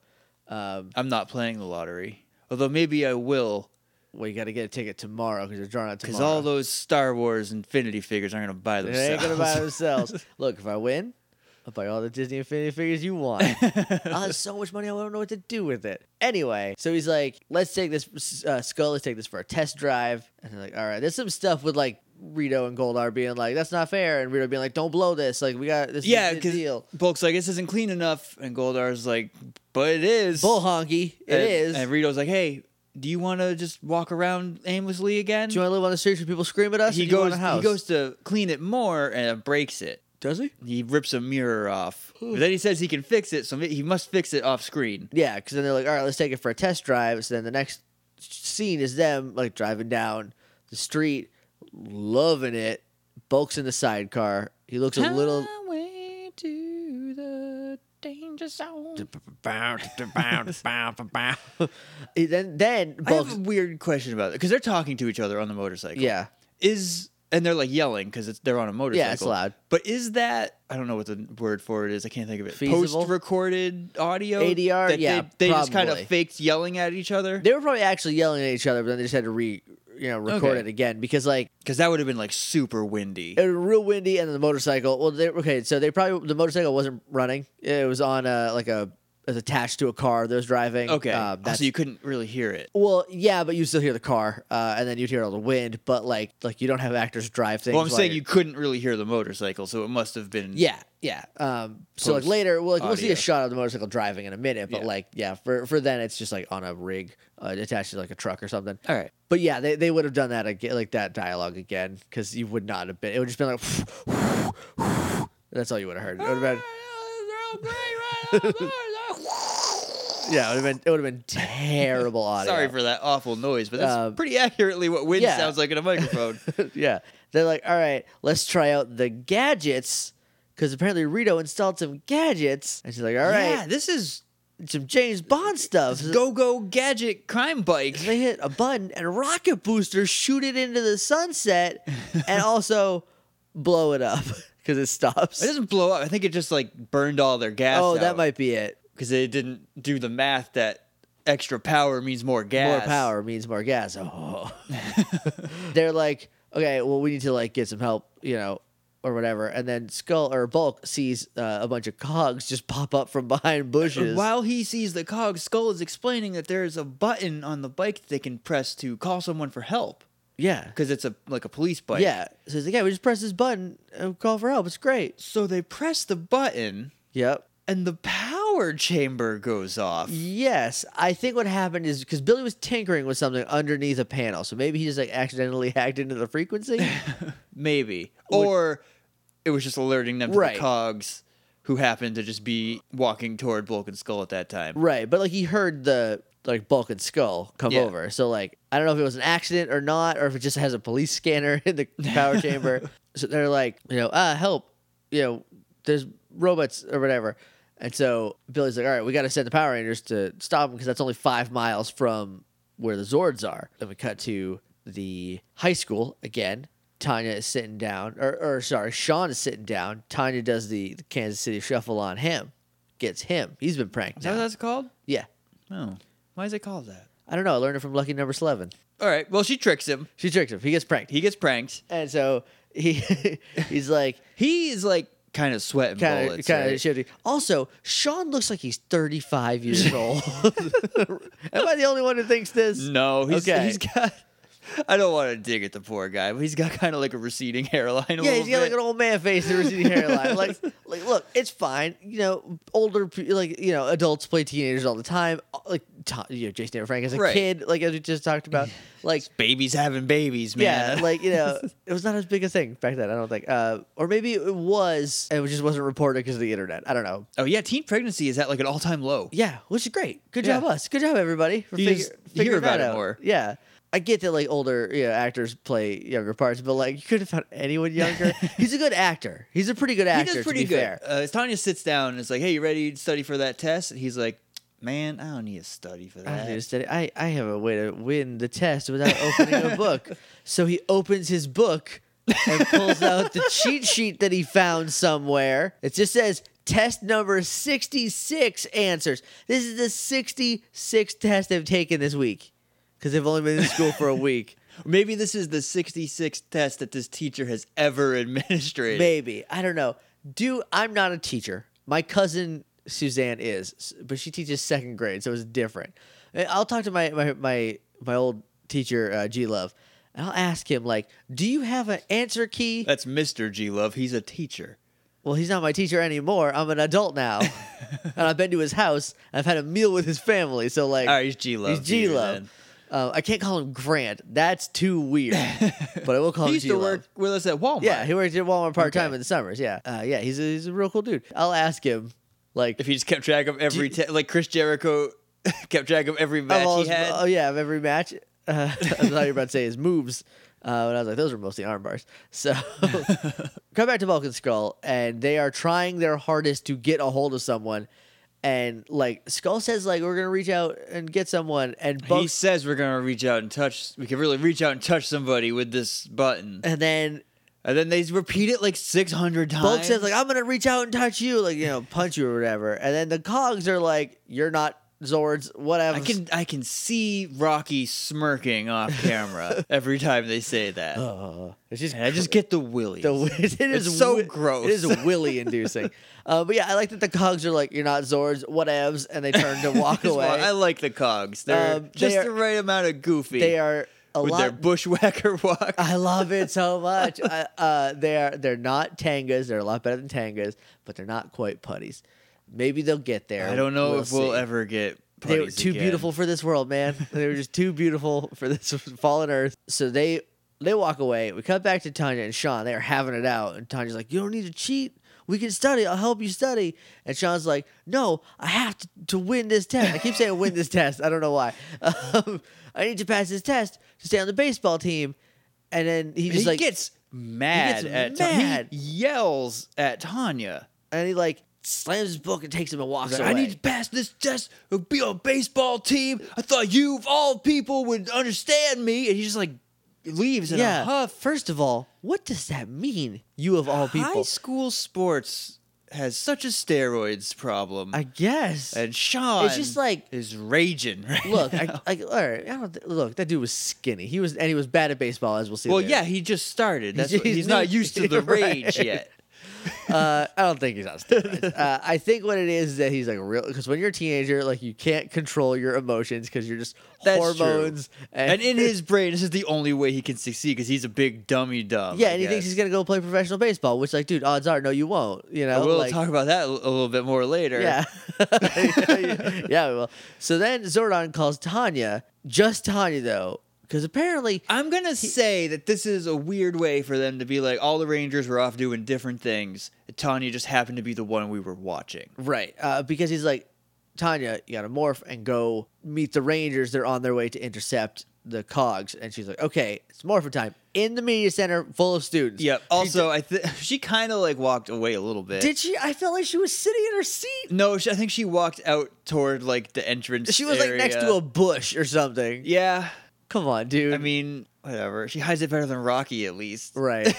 B: um,
A: I'm not playing the lottery. Although maybe I will,
B: well, you got to get a ticket tomorrow because they're drawing out tomorrow.
A: because all those Star Wars Infinity figures aren't gonna buy themselves.
B: They ain't gonna buy themselves. Look, if I win, I'll buy all the Disney Infinity figures you want. I'll have so much money, I won't know what to do with it. Anyway, so he's like, "Let's take this uh, skull. Let's take this for a test drive." And they're like, "All right." There's some stuff with like Rito and Goldar being like, "That's not fair," and Rito being like, "Don't blow this. Like, we got this. is
A: yeah,
B: the deal."
A: because Bulk's like, this isn't clean enough, and Goldar's like, but it is.
B: Bull honky. It
A: and,
B: is.
A: And Rito's like, hey, do you want to just walk around aimlessly again?
B: do you want to live on the streets where people scream at us?
A: he
B: or do you
A: goes
B: want a house?
A: he goes to clean it more and breaks it.
B: Does he?
A: He rips a mirror off. But then he says he can fix it, so he must fix it off screen.
B: Yeah, because then they're like, all right, let's take it for a test drive. So then the next scene is them like driving down the street, loving it. Bulk's in the sidecar. He looks a little.
C: Highway to the danger zone.
B: He- Then then
A: I have
B: Bulk's
A: a weird question about it because they're talking to each other on the motorcycle.
B: yeah.
A: is and they're like yelling because they're on a motorcycle.
B: Yeah, it's loud.
A: But is that I don't know what the word for it is. I can't think of it.
B: Feasible?
A: Post-recorded audio
B: ADR?
A: That
B: Yeah,
A: they, they just kind of
B: probably.
A: faked yelling at each other
B: They were probably actually yelling at each other, but then they just had to re you know record
A: Okay.
B: it again because like
A: because that would have been like super windy.
B: it was real windy and the motorcycle. Well, they okay, so they probably the motorcycle wasn't running. It was on a like a it was attached to a car that was driving.
A: okay,
B: uh,
A: Oh, so you couldn't really hear it.
B: Well, yeah, but you still hear the car, uh, and then you'd hear all the wind. But like, like you don't have actors drive things.
A: Well, I'm
B: while
A: saying
B: you're-
A: you couldn't really hear the motorcycle, so it must have been
B: Yeah, yeah. Um, so like
A: Post
B: later, we'll, like, we'll see
A: audio.
B: a shot of the motorcycle driving in a minute. But
A: Yeah.
B: like, yeah, for for then it's just like on a rig uh, attached to like a truck or something.
A: All right,
B: But yeah, they, they would have done that again, like that dialogue again, because you would not have been. It would just been like. That's all you would have heard. It would have been yeah. It would have been it would have been terrible audio.
A: sorry for that awful noise, but that's
B: Um,
A: pretty accurately what wind
B: yeah.
A: sounds like in a microphone.
B: yeah. They're like, all right, let's try out the gadgets. Because apparently Rito installed some gadgets. And she's like, all
A: Yeah,
B: right,
A: this is
B: some James Bond stuff.
A: go go gadget crime bike.
B: They hit a button and a rocket booster shoot it into the sunset and also blow it up because it stops.
A: It doesn't blow up. I think it just like burned all their gas.
B: Oh, that might be it.
A: because they didn't do the math that extra power means more gas.
B: More power means more gas. Oh. They're like, okay, well, we need to like get some help, you know, or whatever, and then Skull or Bulk sees uh, a bunch of cogs just pop up from behind bushes.
A: While he sees the cog, Skull is explaining that there's a button on the bike that they can press to call someone for help
B: Yeah.
A: because it's a like a police bike.
B: Yeah. So he's like, yeah, we just press this button and call for help. It's great.
A: So they press the button
B: Yep.
A: and the power chamber goes off.
B: Yes, I think what happened is because Billy was tinkering with something underneath a panel, so maybe he just like accidentally hacked into the frequency.
A: Maybe. Or it was just alerting them to
B: Right.
A: the cogs who happened to just be walking toward Bulk and Skull at that time.
B: right, but like he heard the like bulk and skull come
A: Yeah.
B: over, so like I don't know if it was an accident or not, or if it just has a police scanner in the power chamber. So they're like, you know, ah, help, you know, there's robots or whatever. And so Billy's like, all right, we got to send the Power Rangers to stop them because that's only five miles from where the Zords are. Then we cut to the high school again. Tanya is sitting down, or, or sorry, Sean is sitting down. Tanya does the, the Kansas City shuffle on him, gets him. He's been pranked
A: Is that what
B: now.
A: that's called?
B: Yeah.
A: No. Why is it called that?
B: I don't know. I learned it from Lucky Number 11.
A: All right. Well, she tricks him.
B: She tricked him. He gets pranked.
A: He gets pranked.
B: and so he he's like,
A: He is like kind of sweating
B: kind of
A: bullets.
B: kind of
A: right?
B: shitty. Also, Sean looks like he's 35 years old. Am I the only one who thinks this?
A: No, he's,
B: Okay.
A: he's got. I don't want to dig at the poor guy, but he's got kind of like a receding hairline. A
B: yeah,
A: little
B: he's got like
A: bit.
B: an old man face and a receding hairline. Like, like, look, it's fine. You know, older, pe- like, you know, adults play teenagers all the time. Uh, Like, Ta- you know, Jason Aaron Frank as a
A: Right.
B: kid, like as we just talked about. Like,
A: babies having babies,
B: yeah,
A: man.
B: like you know, it was not as big a thing back then. I don't think, uh, or maybe it was, and it just wasn't reported because of the internet. I don't know.
A: oh yeah, teen pregnancy is at like an all time low.
B: Yeah, which is great. Good
A: Yeah.
B: job, us. Good job, everybody. For
A: You
B: figure,
A: just hear
B: figuring
A: about
B: that
A: it
B: out.
A: more.
B: Yeah, I get that like older you know, actors play younger parts, but like you could have found anyone younger. He's a good actor. He's a pretty good
A: he
B: actor.
A: does
B: to
A: pretty
B: be
A: good.
B: fair.
A: Uh, Tanya sits down and is like, "Hey, you ready to study for that test?" And he's like, "Man, I don't need to study for
B: I, don't
A: that."
B: need to study. I, I have a way to win the test without opening a book. So he opens his book and pulls out the cheat sheet that he found somewhere. It just says test number 66 answers. This is the 66th test I've taken this week because they've only been in school for a week.
A: Maybe this is the 66th test that this teacher has ever administrated.
B: Maybe I don't know. Do I'm not a teacher. My cousin Suzanne is, s- but she teaches second grade, so it's different. I- I'll talk to my my my, my old teacher uh, G Love, and I'll ask him like, "Do you have an answer key?"
A: That's Mr. G Love. He's a teacher.
B: well, he's not my teacher anymore. I'm an adult now, and I've been to his house. And I've had a meal with his family, so like,
A: All right, he's G Love.
B: he's G Love. Uh, I can't call him Grant. That's too weird. but I will call
A: He
B: him
A: used to
B: G-Love.
A: work with us at Walmart.
B: Yeah, he worked at Walmart part time
A: Okay.
B: in the summers. Yeah, uh, yeah, he's a, he's a real cool dude. I'll ask him like
A: if he just kept track of every te- like Chris Jericho kept track of every
B: of
A: match
B: all
A: he
B: his-
A: had.
B: oh yeah, of every match. Uh, I thought you were about to say his moves, uh, and I was like, those are mostly arm bars. So come back to Vulcan Skull, and they are trying their hardest to get a hold of someone. And like Skull says, like we're gonna reach out and get someone, and
A: he
B: Bugs,
A: says we're gonna reach out and touch. We can really reach out and touch somebody with this button,
B: and then
A: and then they repeat it like six hundred times.
B: Bulk says like I'm gonna reach out and touch you, like you know, punch you or whatever. And then the Cogs are like, you're not Zords, whatever.
A: I can I can see Rocky smirking off camera every time they say that,
B: Uh, it's just
A: and I just get the willies.
B: the it is
A: so
B: wi-
A: gross.
B: It is willy inducing. uh, but yeah, I like that the cogs are like you're not Zords, whatevs, and they turn to walk
A: Just wa-
B: away.
A: I like the cogs. They're
B: Um, they
A: just
B: are-
A: the right amount of goofy.
B: they are a
A: with
B: lot.
A: their bushwhacker walk.
B: I love it so much. I, uh, they are they're not tangas. They're a lot better than tangas, but they're not quite putties. Maybe they'll get there.
A: I don't know if we'll
B: see.
A: ever get.
B: They were
A: putties
B: too
A: again.
B: beautiful for this world, man. they were just too beautiful for this fallen earth. So they they walk away. We cut back to Tanya and Sean. They are having it out, and Tanya's like, "You don't need to cheat. We can study. I'll help you study." And Sean's like, "No, I have to, to win this test. I keep saying win this test. I don't know why. Um, I need to pass this test to stay on the baseball team." And then he just
A: he
B: like
A: gets mad at
B: gets
A: Ta-
B: mad.
A: He yells at Tanya.
B: and he like slams his book and takes him and walks
A: He's like,
B: away.
A: I need to pass this test or be on a baseball team. I thought you, of all people, would understand me. And he just like leaves in
B: yeah.
A: a huff.
B: First of all, what does that mean? You of all people.
A: High school sports has such a steroids problem,
B: I guess.
A: and Sean
B: It's just like-
A: is raging. Right
B: look, I,
A: now.
B: like, all right, I don't th- look. That dude was skinny. He was, and he was bad at baseball, as we'll see.
A: well,
B: later.
A: yeah, he just started. That's
B: He's-
A: what- he's,
B: he's
A: not
B: new-
A: used to the
B: Right.
A: rage yet.
B: uh, I don't think he's on steroids. Uh, I think what it is is that he's like real because when you're a teenager, like you can't control your emotions because you're just
A: That's true.
B: hormones
A: And in his brain, this is the only way he can succeed because he's a big dummy dumb.
B: yeah,
A: I
B: and he
A: guess.
B: thinks he's gonna go play professional baseball, which like, dude, odds are no, you won't. You know,
A: But We'll
B: like,
A: talk about that a a little bit more later.
B: Yeah. yeah, we will. So then Zordon calls Tanya, just Tanya though, because apparently
A: I'm gonna say that this is a weird way for them to be like all the Rangers were off doing different things. and Tanya just happened to be the one we were watching.
B: Right. Uh, because he's like, Tanya, you gotta morph and go meet the Rangers. They're on their way to intercept the cogs. And she's like, okay, it's morphin' time. In the media center full of students.
A: Yep.
B: She
A: Also, I th- she kind of like walked away a little bit.
B: did, did she? I felt like she was sitting in her seat.
A: no, she, I think she walked out toward like the entrance.
B: She was like next
A: area.
B: to a bush or something.
A: Yeah.
B: Come on, dude.
A: I mean, whatever. She hides it better than Rocky, at least.
B: right.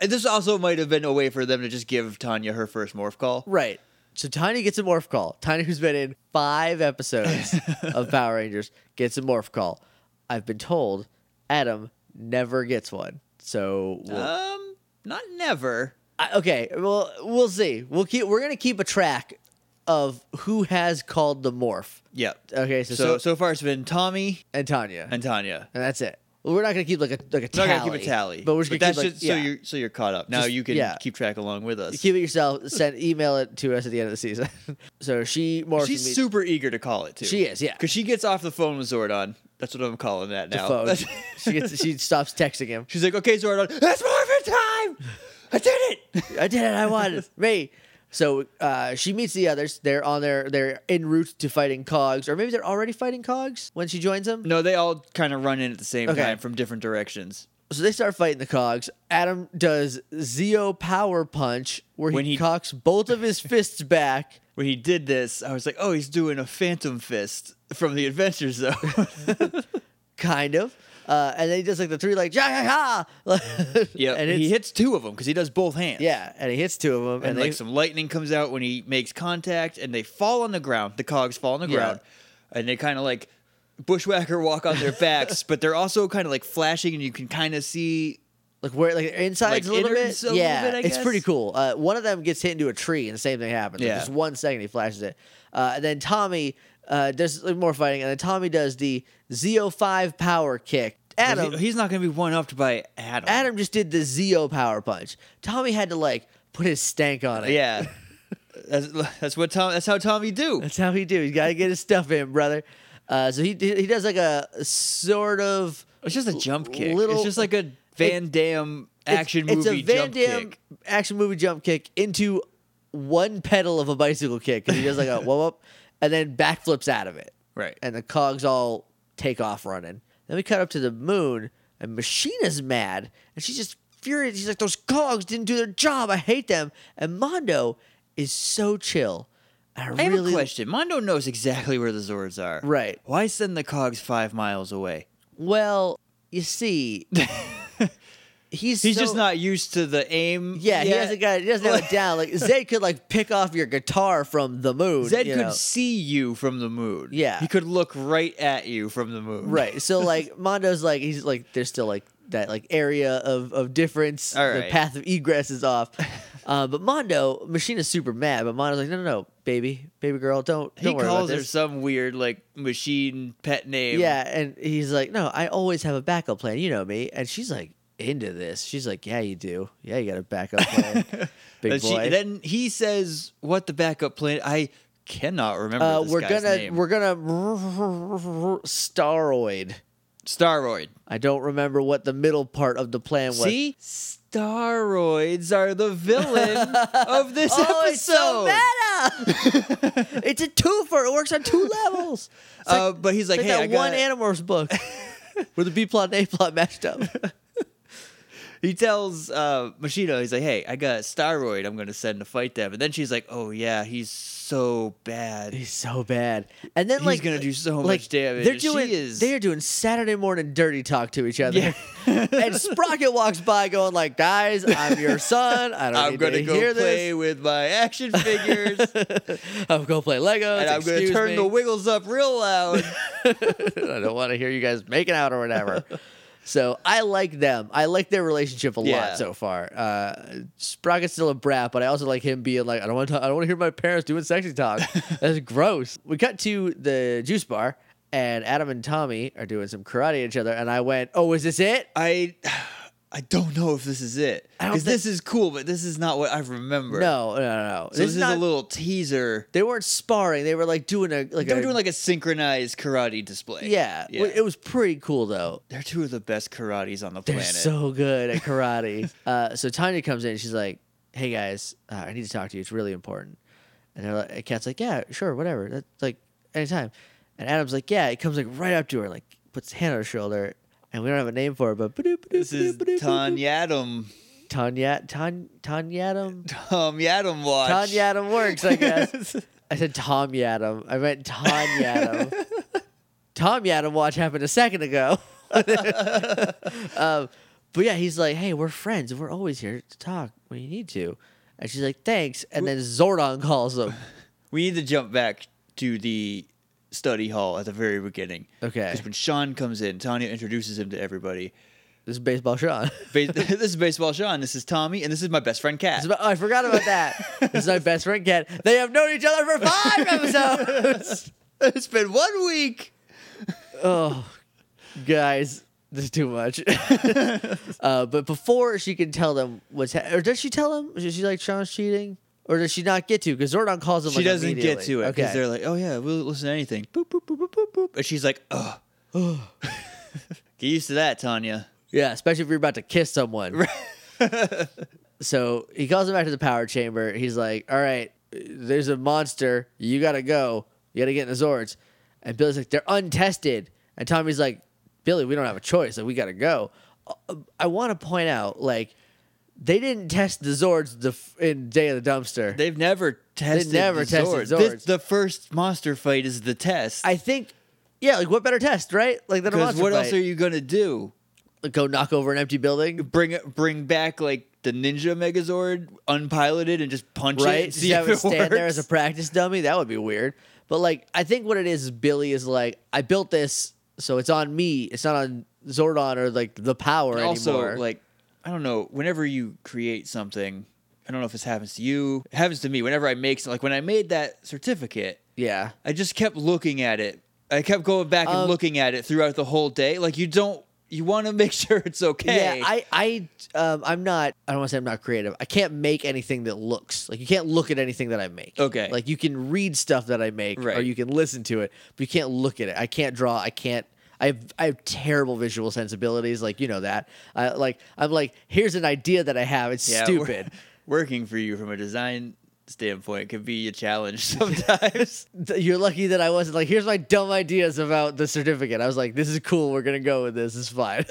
A: And This also might have been a way for them to just give Tanya her first morph call.
B: Right. So Tiny gets a morph call. Tiny, who's been in five episodes of Power Rangers, gets a morph call. I've been told Adam never gets one. So we'll,
A: Um, not never.
B: I, okay, well, we'll see. We'll keep. We're gonna keep a track of who has called the morph.
A: Yep.
B: Okay, so
A: So,
B: so,
A: so far it's been Tommy
B: and Tanya, and,
A: and Tanya.
B: that's it. Well, we're not gonna keep like a like a
A: Not
B: tally.
A: gonna keep a tally,
B: but we're just gonna
A: that's
B: keep like,
A: just-
B: yeah.
A: so you're so you're caught up. Now
B: Just-
A: you can
B: yeah.
A: keep track along with us.
B: keep it yourself. Send email it to us at the end of the season. so she morphs.
A: She's
B: imme-
A: super eager to call it too.
B: She is, yeah.
A: because she gets off the phone with Zordon. That's what I'm calling that
B: the
A: now.
B: phone. she gets. She stops texting him.
A: She's like, okay, Zordon, it's morphin' time. I did it.
B: I did it. I won. it. Me. So uh, she meets the others. They're on their. They're en route to fighting Cogs, or maybe they're already fighting Cogs when she joins them.
A: No, they all kind of run in at the same
B: Okay.
A: time from different directions.
B: So they start fighting the cogs. Adam does Zeo power punch where
A: When
B: he,
A: he-
B: cocks both of his fists back.
A: When he did this, I was like, oh, he's doing a Phantom Fist from the Adventure Zone.
B: Kind of. Uh, and then he does like the three like ja ha ha.
A: yeah,
B: And
A: and he
B: it's-
A: hits two of them because he does both hands.
B: Yeah, and he hits two of them, and,
A: and,
B: they,
A: like some lightning comes out when he makes contact, and they fall on the ground. The cogs fall on the
B: Yeah.
A: ground, and they kind of like bushwhacker walk on their backs, but they're also kind of like flashing, and you can kind of see.
B: like where like their insides
A: Like,
B: a little bit.
A: innards a little
B: yeah,
A: bit, I
B: it's pretty
A: guess.
B: cool. Uh, one of them gets hit into a tree, and the same thing happens. Like,
A: Yeah.
B: just one second, he flashes it. Uh, and then Tommy uh, does more fighting, and then Tommy does the Zeo five power kick. Adam,
A: He- he's not going to be one upped by Adam.
B: Adam just did the Zeo power punch. Tommy had to like put his stank on it.
A: yeah, that's, that's what Tom. That's how Tommy do.
B: that's how he do. He's got to get his stuff in, brother. Uh, so he he does like a sort of
A: It's just a jump kick.
B: little-
A: it's just like a Van Damme
B: it's-
A: action
B: it's,
A: movie
B: a Van
A: jump
B: Damme
A: kick.
B: action movie jump kick into one pedal of a bicycle kick. 'cause He does like a whoop up and then backflips out of it.
A: Right.
B: and the cogs all take off running. Then we cut up to the moon, and Machina's mad, and she's just furious. She's like, "Those cogs didn't do their job. I hate them." And Mondo is so chill. I,
A: I have
B: really
A: a question. Mondo knows exactly where the Zords are.
B: Right.
A: Why send the cogs five miles away?
B: Well, you see, he's
A: He's
B: so-
A: just not used to the aim.
B: Yeah, he
A: yet.
B: hasn't got. He doesn't have it down. Like Zed could like pick off your guitar from the moon.
A: Zed
B: you
A: could
B: know?
A: see you from the moon.
B: Yeah.
A: He could look right at you from the moon.
B: Right. So like Mondo's like he's like there's still like that like area of of difference.
A: All
B: The
A: right.
B: path of egress is off. Uh, but Mondo, Machina's super mad. But Mondo's like, no, no, no, baby, baby girl, don't
A: He
B: don't worry
A: calls
B: about
A: her
B: this.
A: some weird like machine pet name.
B: Yeah, and he's like, no, I always have a backup plan. You know me. And she's like into this. She's like, yeah, you do. Yeah, you got a backup plan, big
A: And she-
B: boy.
A: then he says, "What the backup plan?" I cannot remember.
B: uh,
A: this
B: we're
A: guy's
B: gonna
A: name.
B: we're gonna staroid.
A: Staroid.
B: I don't remember what the middle part of the plan was.
A: See, staroids are the villain of this
B: oh,
A: episode.
B: it's so meta. it's a twofer. It works on two levels. It's like,
A: Uh, but he's like,
B: like
A: "Hey,
B: that
A: I
B: one
A: got."
B: Animorphs book where the B plot and A plot matched up.
A: he tells uh, Machida, he's like, "Hey, I got a steroid. I'm gonna send to fight them." And then she's like, "Oh yeah, he's so bad.
B: He's so bad. And then
A: He's
B: like
A: gonna do so
B: like,
A: much damage."
B: They're
A: She
B: doing
A: is-
B: they're doing Saturday morning dirty talk to each other.
A: Yeah.
B: and Sprocket walks by going like, "Guys, I'm your son. I don't
A: I'm
B: need
A: gonna
B: to
A: go
B: hear
A: play with my action figures,
B: this. I'm gonna play Legos.
A: and I'm gonna
B: excuse
A: turn
B: me.
A: the wiggles up real loud."
B: I don't want to hear you guys making out or whatever. So I like them. I like their relationship a
A: Yeah.
B: lot so far. Uh, Sprocket's still a brat, but I also like him being like, I don't want to. I don't want to hear my parents doing sexy talk. That's gross. We cut to the juice bar, and Adam and Tommy are doing some karate at each other. And I went, Oh, is this it?
A: I I don't know if this is it
B: I don't
A: because this is cool, but this is not what I remember.
B: No, no, no. no.
A: so this, is
B: not-
A: a little teaser.
B: They weren't sparring. They were like doing a like
A: they
B: a,
A: were doing like a synchronized karate display.
B: yeah.
A: yeah.
B: It was pretty cool though.
A: They're two of the best karates on the
B: They're
A: planet.
B: so good at karate. uh, so Tanya comes in. and She's like, "Hey guys, uh, I need to talk to you. It's really important." And they're like, and Kat's like, "Yeah, sure, whatever. That's like anytime." And Adam's like, "Yeah." He comes like right up to her, like puts his hand on her shoulder, and we don't have a name for it, but
A: this is Tom Yadam.
B: Tanya Tanya Tanya
A: Tom Yadam watch.
B: Tanya works, I guess. I said Tom Yadam. I meant Tom Yadam. Tom Yadam watch happened a second ago. um, but yeah, he's like, hey, we're friends. and We're always here to talk when you need to. And she's like, thanks. And then Zordon calls him.
A: we need to jump back to the study hall at the very beginning.
B: Okay.
A: Because when Sean comes in, Tanya introduces him to everybody.
B: This is Baseball Sean.
A: Ba- this is Baseball Sean. This is Tommy, and this is my best friend Kat.
B: It's about- oh, I forgot about that. this is my best friend, Ken. They have known each other for five episodes.
A: it's been one week.
B: oh, guys, this is too much. uh, but before she can tell them what's, ha- or does she tell them? Is she like Sean's cheating, or does she not get to? Because Zordon calls him.
A: She
B: like,
A: doesn't get
B: immediately.
A: to it because
B: Okay.
A: they're like, "Oh yeah, we'll listen to anything." Boop boop boop boop boop boop, and she's like, "Ugh." get used to that, Tanya.
B: yeah, especially if you're about to kiss someone. so he calls him back to the power chamber. He's like, "All right, there's a monster. You gotta go. You gotta get in the Zords." And Billy's like, "They're untested." And Tommy's like, "Billy, we don't have a choice. Like, we gotta go." Uh, I want to point out, like, they didn't test the Zords the f- in Day of the Dumpster.
A: They've never tested.
B: never
A: the
B: tested
A: Zords. This-
B: Zords.
A: the first monster fight is the test.
B: I think, yeah, like, what better test, right? Like, than a
A: Because
B: monster
A: what
B: fight.
A: else are you gonna do?
B: go knock over an empty building?
A: Bring bring back like the Ninja Megazord unpiloted and just punch it.
B: right?
A: and
B: Just
A: See
B: have
A: if
B: it
A: it
B: stand there as a
A: works?
B: practice dummy. That would be weird. But like, I think what it is is Billy is like, I built this, so it's on me. It's not on Zordon or like the power
A: also
B: anymore.
A: like I don't know. Whenever you create something, I don't know if this happens to you. It happens to me. Whenever I make some- like when I made that certificate.
B: yeah,
A: I just kept looking at it. I kept going back and
B: Um,
A: looking at it throughout the whole day. Like you don't, you want to make sure it's okay.
B: yeah. I, I, um, I'm not. I don't want to say I'm not creative. I can't make anything that looks like you can't look at anything that I make.
A: Okay.
B: like you can read stuff that I make, or
A: Right.
B: you can listen to it, but you can't look at it. I can't draw. I can't. I have, I have terrible visual sensibilities, like you know that. I like I'm like here's an idea that I have. It's
A: Yeah, wor-
B: stupid.
A: Working for you from a design standpoint could be a challenge sometimes.
B: th- you're lucky that I wasn't like, here's my dumb ideas about the certificate. I was like, this is cool. We're gonna go with this. It's fine.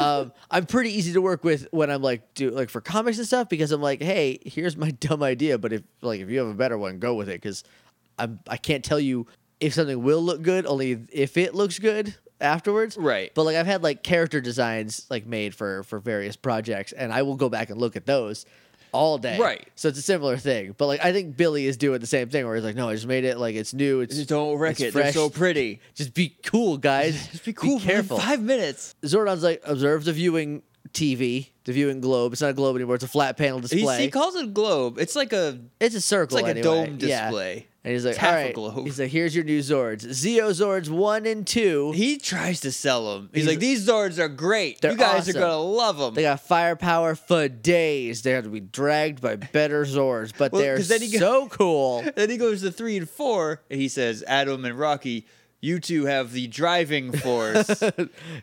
B: um, I'm pretty easy to work with when I'm like, do like for comics and stuff because I'm like, hey, here's my dumb idea, but if like if you have a better one, go with it because I'm I can't tell you if something will look good only if it looks good afterwards.
A: Right.
B: But like I've had like character designs like made for for various projects, and I will go back and look at those all day.
A: Right.
B: So it's a similar thing. But like I think Billy is doing the same thing where he's like, no, I just made it like it's new. It's
A: just don't wreck
B: it's
A: it. They're
B: fresh.
A: so pretty.
B: Just be cool, guys.
A: Just be cool.
B: Be
A: for
B: careful.
A: five minutes.
B: Zordon's like, observe the viewing TV, the viewing globe. It's not a globe anymore. It's a flat panel
A: He,
B: display.
A: he calls it a globe. It's like a,
B: it's a
A: it's
B: circle.
A: like a
B: anyway.
A: dome
B: Yeah.
A: display.
B: And he's like,
A: It's half
B: all
A: a
B: right.
A: globe.
B: He's like, here's your new Zords, Zeo Zords one and two.
A: He tries to sell them. He's,
B: He's-
A: like, these Zords are great.
B: They're
A: You guys
B: awesome.
A: are gonna love them.
B: They got firepower for days. They have to be dragged by better Zords, but
A: Well,
B: they're
A: 'cause then he go-
B: so cool.
A: Then he goes to three and four, and he says, Adam and Rocky, you two have the driving force.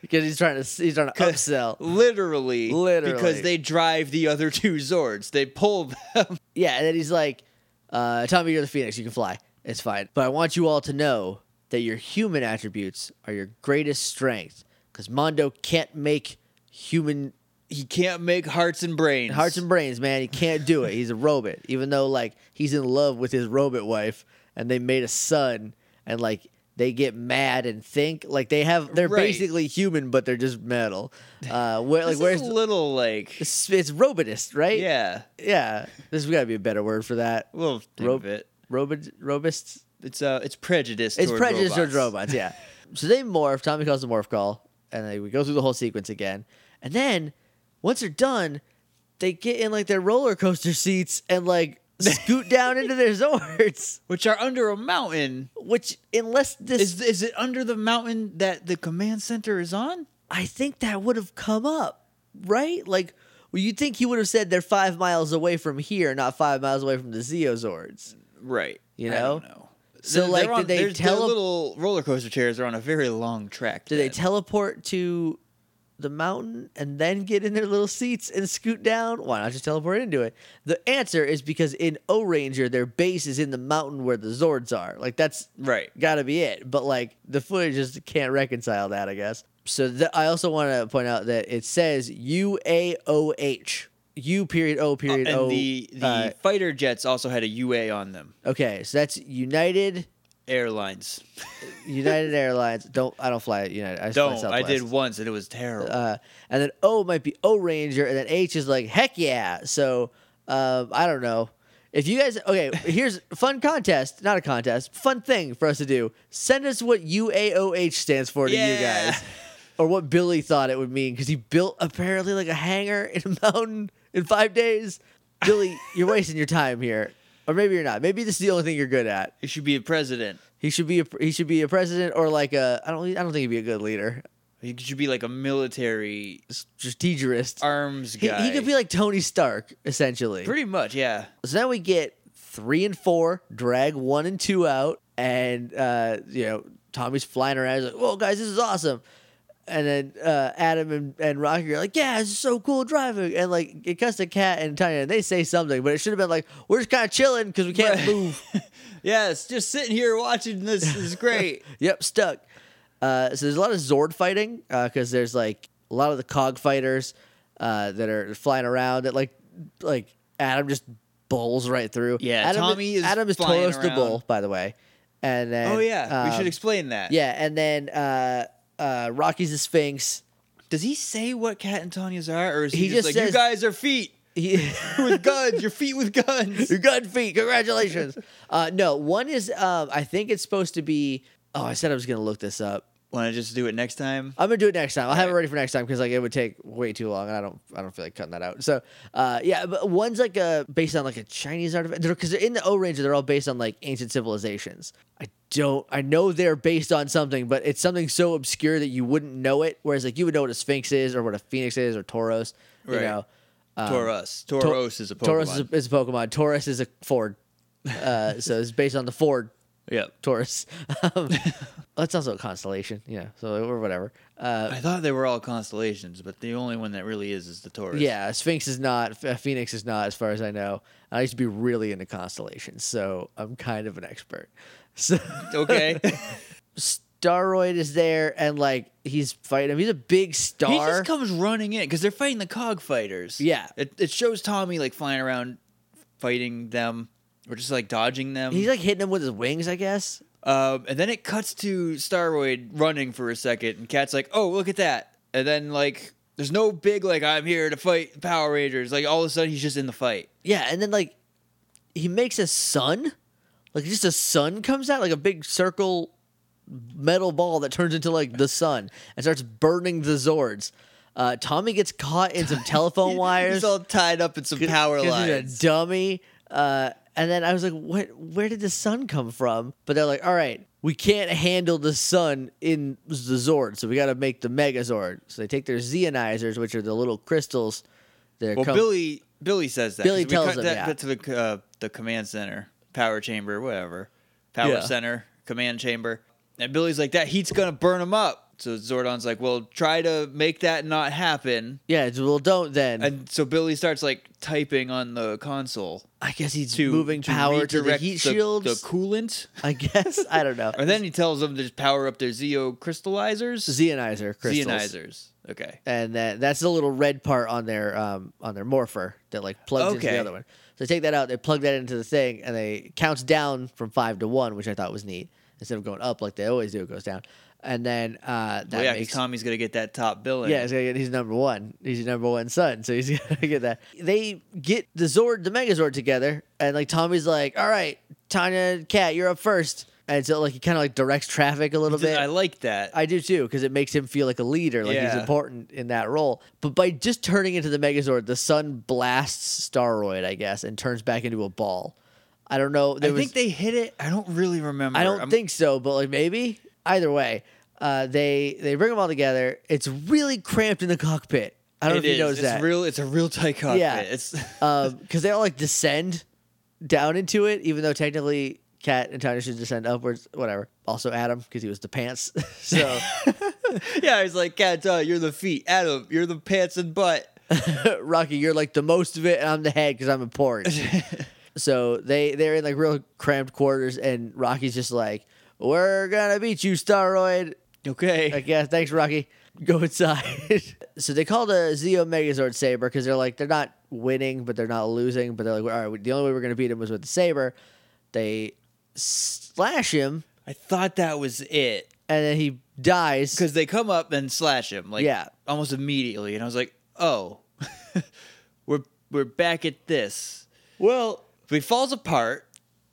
B: Because he's trying to he's trying to upsell.
A: literally,
B: Literally.
A: Because they drive the other two Zords. They pull them.
B: Yeah, and then he's like, uh, "Tommy, you're the Phoenix. You can fly. It's fine. But I want you all to know that your human attributes are your greatest strength. Because Mondo can't make human
A: he can't make hearts and brains.
B: Hearts and brains, man. He can't do it. He's a robot. Even though like he's in love with his robot wife and they made a son and like they get mad and think like they have they're
A: Right.
B: basically human but they're just metal. Uh where like
A: This
B: where's
A: is a little like
B: it's, it's robotist, right?
A: yeah,
B: Yeah. There's gotta be a better word for that.
A: a little bit.
B: Rob- Robot robists?
A: It's uh, it's prejudice.
B: It's
A: toward
B: prejudice
A: robots.
B: towards robots, yeah. so they morph. Tommy calls the morph call, and they we go through the whole sequence again. And then once they're done, they get in like their roller coaster seats and like scoot down into their Zords.
A: which are under a mountain.
B: Which, unless this,
A: Is is it under the mountain that the command center is on?
B: I think that would have come up, right? Like, well, you'd think he would have said they're five miles away from here, not five miles away from the Zeozords.
A: Right.
B: You
A: I don't
B: know?
A: know.
B: So,
A: They're-
B: like,
A: they're on-
B: did they
A: there's- their
B: tele-
A: little roller coaster chairs are on a very long track?
B: Do they
A: then.
B: teleport to the mountain and then get in their little seats and scoot down? Why not just teleport into it? The answer is because in O Ranger, their base is in the mountain where the Zords are. Like that's
A: Right.
B: gotta be it. But like the footage just can't reconcile that, I guess. So th- I also want to point out that it says U A O H. U period O
A: Uh,
B: period
A: and
B: O.
A: the the
B: uh,
A: fighter jets also had a UA on them.
B: okay, so that's United
A: Airlines.
B: United Airlines. Don't I don't fly at United. I just fly
A: Don't. I
B: Southwest.
A: did once and it was terrible.
B: uh, and then O might be O Ranger, and then H is like heck yeah. So um, I don't know if you guys. Okay, here's a fun contest, not a contest, fun thing for us to do. Send us what U A O H stands for to
A: Yeah.
B: you guys, or what Billy thought it would mean because he built apparently like a hangar in a mountain in five days. Billy, you're wasting your time here, or maybe you're not. Maybe this is the only thing you're good at.
A: it should be a president.
B: He should be a he should be a president or like a I don't I don't think he'd be a good leader.
A: He should be like a military
B: Strategist.
A: arms
B: He,
A: guy.
B: he could be like Tony Stark, essentially.
A: pretty much, yeah.
B: so now we get three and four, drag one and two out, and uh, you know Tommy's flying around. He's like, "Whoa, guys, this is awesome!" And then uh, Adam and, and Rocky are like, "Yeah, this is so cool driving." And like it cuts to Cat and Tanya, and they say something, but it should have been like, "We're just kind of chilling because we can't
A: Right.
B: move."
A: Yes, just sitting here watching this is great.
B: yep, stuck. Uh, so there's a lot of Zord fighting because there's like a lot of the cog fighters uh, that are flying around that like like Adam just bowls right through.
A: Yeah,
B: Adam
A: Tommy is
B: Adam is
A: flying
B: Tolos the bull, by the way. And then
A: oh yeah, we should
B: um,
A: explain that.
B: Yeah, and then uh, uh, Rocky's the Sphinx.
A: Does he say what Cat and Tanya's are, or is he,
B: He
A: just,
B: just
A: like,
B: says-
A: "You guys are feet
B: He-
A: with guns. Your feet with guns."
B: Your gun feet. Congratulations. uh, no, one is um, I think it's supposed to be. Oh, I said I was gonna look this up.
A: Want to just do it next time?
B: I'm gonna do it next time. I'll have it
A: Alright.
B: ready for next time because like it would take way too long, and I don't I don't feel like cutting that out. So, uh, yeah, but one's like a based on like a Chinese artifact because they're in the O Ranger. They're all based on like ancient civilizations. I don't. I know they're based on something, but it's something so obscure that you wouldn't know it. Whereas like you would know what a Sphinx is or what a Phoenix is or Tauros. You
A: Right.
B: know,
A: Tauros.
B: Tor-
A: Tauros is a Pokemon.
B: Tauros Um, is a, is a Pokemon. Taurus is a Ford. Uh, so it's based on the Ford
A: yep.
B: Taurus. Um, that's also a constellation. Yeah. So or whatever. Uh,
A: I thought they were all constellations, but the only one that really is is the Taurus.
B: Yeah, Sphinx is not. Ph- Phoenix is not, as far as I know. I used to be really into constellations, so I'm kind of an expert. So
A: Okay. he
B: Staroid is there, and like he's fighting him. He's a big star.
A: just comes running in because they're fighting the cog fighters.
B: Yeah.
A: It, it shows Tommy like flying around, fighting them, or just like dodging them.
B: he's like hitting him with his wings, I guess.
A: Um, and then it cuts to Staroid running for a second, and Cat's like, "Oh, look at that!" And then like, there's no big like, "I'm here to fight Power Rangers." Like all of a sudden, he's just in the fight.
B: Yeah, and then like he makes a sun, like just a sun comes out, like a big circle metal ball that turns into like the sun and starts burning the Zords. Uh, Tommy gets caught in some telephone wires.
A: He's all tied up in some power
B: 'Cause he's
A: lines.
B: a dummy. Uh, and then I was like, "What? Where did the sun come from?" But they're like, "All right, we can't handle the sun in the Zord, so we got to make the Megazord." So they take their Xeonizers, which are the little crystals. That
A: Well,
B: come-
A: Billy Billy says that.
B: Billy
A: 'cause we
B: tells
A: cut
B: him,
A: that
B: yeah.
A: bit to the uh, the command center, power chamber, whatever, power
B: Yeah.
A: center, command chamber, and Billy's like, "That heat's gonna burn him up." So Zordon's like, well, try to make that not happen.
B: Yeah, it's- well, don't then.
A: And so Billy starts like typing on the console
B: I guess he's
A: to
B: moving
A: to
B: power to the
A: redirect
B: heat
A: the,
B: shields.
A: the coolant.
B: I guess I don't know.
A: And then he tells them to just power up their Zeo crystallizers.
B: Xenizer crystals.
A: Xenizers. Okay.
B: and that that's the little red part on their um, on their morpher that like plugs into the
A: Okay.
B: other one. So they take that out, they plug that into the thing, and they counts down from five to one, which I thought was neat. Instead of going up like they always do, it goes down, and then uh, that
A: Well, yeah, 'cause
B: makes
A: Tommy's gonna get that top billing.
B: yeah, he's gonna get he's number one. He's your number one son, so he's gonna get that. They get the Zord, the Megazord together, and like Tommy's like, all right, Tanya, and Cat, you're up first, and so like he kind of like directs traffic a little bit.
A: I like that.
B: I do too, because it makes him feel like a leader, like he's
A: Yeah.
B: important in that role. But by just turning into the Megazord, the sun blasts Staroid, I guess, and turns back into a ball. I don't know.
A: I
B: There was,
A: think they hit it. I don't really remember.
B: I don't
A: I'm-
B: think so, but like maybe. Either way, uh, they they bring them all together. It's really cramped in the cockpit. I
A: it
B: don't know if
A: is.
B: you noticed
A: it's
B: that.
A: real. It's a real tight cockpit.
B: Yeah.
A: It's
B: because they all like descend down into it, even though technically Cat and Tanya should descend upwards. Whatever. Also Adam, because he was the pants. so.
A: yeah. He's like, Cat, uh, you're the feet. Adam, you're the pants and butt.
B: Rocky, you're like the most of it, and I'm the head because I'm important. so they they're in like real cramped quarters, and Rocky's just like, "We're gonna beat you, Staroid."
A: Okay.
B: I guess thanks, Rocky. Go inside. so they call the Zeo Megazord saber because they're like they're not winning, but they're not losing. But they're like, all right, the only way we're gonna beat him was with the saber. They slash him,
A: I thought that was it
B: and then he dies.
A: because they come up and slash him like
B: Yeah.
A: almost immediately, and I was like, oh, we're we're back at this.
B: Well,
A: But he falls apart.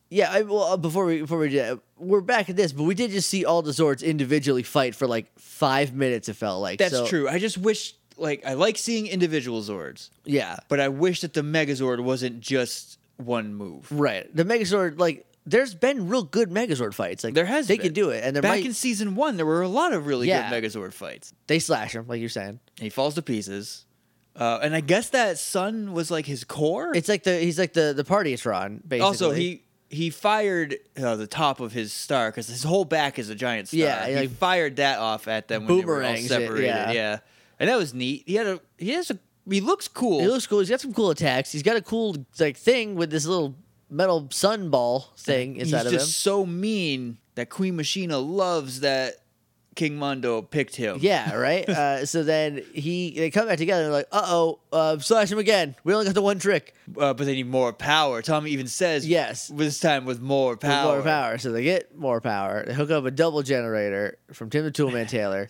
B: Yeah, I, well, uh, before we before we do that, we're back at this, but we did just see all the Zords individually fight for like five minutes. It felt like
A: That's
B: So,
A: true. I just wish like I like seeing individual Zords,
B: Yeah,
A: but I wish that the Megazord wasn't just one move.
B: right. The Megazord, like, there's been real good Megazord fights. Like
A: There has
B: they
A: been.
B: can do it, and there
A: Back
B: might
A: in season one, there were a lot of really
B: Yeah.
A: good Megazord fights.
B: they slash him, like you're saying.
A: He falls to pieces. Uh, and I guess that sun was like his core.
B: It's like the he's like the the partytron basically.
A: also he he fired uh, the top of his star because his whole back is a giant star.
B: Yeah, he,
A: he
B: like,
A: fired that off at them when they were all
B: boomerangs it,
A: separated.
B: yeah.
A: yeah. and that was neat. He had a he has a he looks cool.
B: he looks cool. He's got some cool attacks. He's got a cool like thing with this little metal sun ball thing
A: He's
B: inside of
A: just
B: him.
A: so mean that Queen Machina loves that King Mondo picked him.
B: Yeah, right. uh, so then he they come back together. and They're like, uh oh, uh, slash him again. We only got the one trick.
A: uh, but they need more power. Tommy even says
B: Yes.
A: this time with more
B: with
A: power.
B: More power. So they get more power. They hook up a double generator from Tim the Toolman Taylor,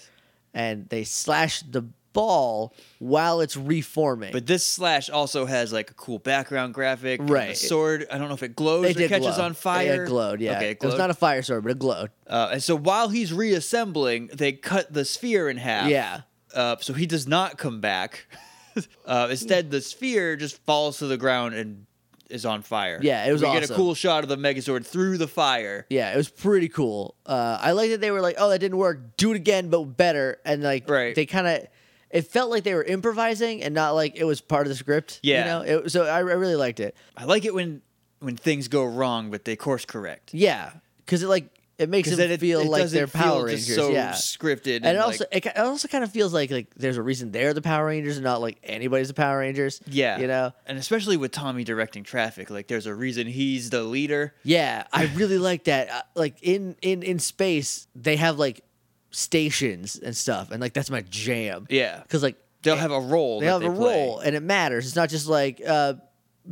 B: and they slash the ball while it's reforming.
A: But this slash also has like a cool background graphic. and the
B: Right.
A: sword. I don't know if it glows
B: it
A: or catches
B: glow.
A: on fire.
B: It glowed. Yeah,
A: Okay, it
B: was
A: glowed.
B: not a fire sword, but it glowed.
A: uh, and so while he's reassembling, they cut the sphere in half.
B: Yeah.
A: Uh, so he does not come back. uh, instead, the sphere just falls to the ground and is on fire.
B: Yeah, it was
A: We get a
B: awesome.
A: cool shot of the Megazord through the fire.
B: Yeah, it was pretty cool. Uh, I like that they were like, "Oh, that didn't work. Do it again, but better." And like,
A: Right.
B: they kind of, it felt like they were improvising and not like it was part of the script.
A: Yeah.
B: you know. It, so I, I really liked it.
A: I like it when when things go wrong, but they course correct.
B: Yeah, because it like it makes
A: Because
B: them
A: then it
B: feel
A: it
B: like
A: doesn't
B: they're
A: feel
B: Power
A: just
B: Rangers.
A: So
B: yeah,
A: scripted.
B: and it
A: like-
B: also it, ki- it also kind of feels like like there's a reason they're the Power Rangers and not like anybody's the Power Rangers.
A: Yeah.
B: you know.
A: And especially with Tommy directing traffic, like there's a reason he's the leader.
B: Yeah, I really like that. Uh, Like in in in space, they have like stations and stuff, and like that's my jam.
A: Yeah.
B: because like
A: They'll have a role.
B: they
A: that
B: have a
A: play.
B: role and it matters. It's not just like uh,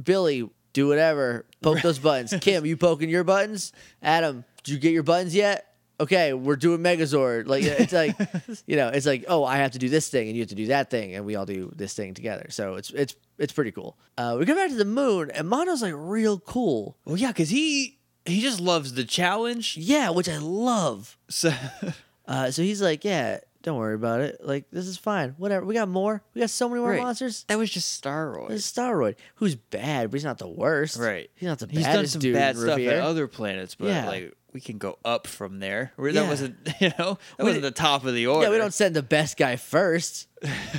B: Billy do whatever, poke those buttons. Kim, you poking your buttons? Adam, did you get your buttons yet? Okay, we're doing Megazord. Like it's like you know, it's like oh, I have to do this thing and you have to do that thing, and we all do this thing together. So it's it's it's pretty cool. Uh, we come back to the moon, and Mono's like real cool.
A: Well, yeah, because he he just loves the challenge.
B: Yeah, which I love.
A: So
B: Uh, so he's like, yeah, don't worry about it. Like this is fine. Whatever. We got more. We got so many more
A: Right.
B: monsters.
A: that was just Staroid.
B: It's Staroid, who's bad, but he's not the worst.
A: Right.
B: He's not the
A: He's
B: baddest
A: done some
B: dude.
A: bad
B: in
A: stuff
B: Revere.
A: at other planets, but
B: Yeah.
A: like we can go up from there. Where
B: Yeah.
A: That wasn't you know that wasn't the top of the order.
B: yeah, we don't send the best guy first.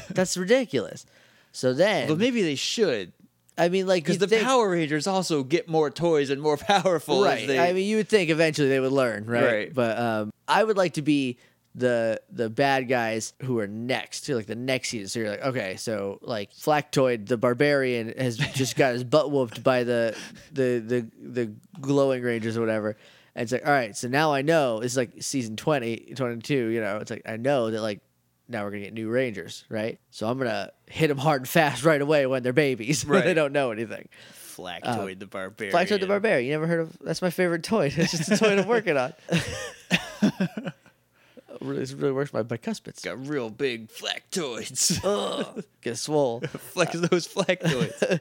B: That's ridiculous. So then,
A: But maybe they should,
B: I mean, like
A: because
B: you'd
A: the
B: think,
A: Power Rangers also get more toys and more powerful.
B: right?
A: As they,
B: I mean, you would think eventually they would learn, right?
A: Right.
B: But um, I would like to be the the bad guys who are next, to like the next season. So you're like, okay, so like Flactoid the barbarian has just got his butt whooped by the the the the glowing rangers or whatever. And it's like, all right, so now I know it's like season 20, 22, you know, it's like I know that like now we're gonna get new rangers, right? So I'm gonna hit them hard and fast right away when they're babies. when they
A: Right.
B: don't know anything.
A: Flactoid the Barbarian.
B: Black Toad uh, the Barbarian. You never heard of? That's my favorite toy. It's just a toy I'm working on. really, it really works my bicuspids.
A: Got real big flactoids.
B: Ugh, get swole.
A: Flex those flactoids.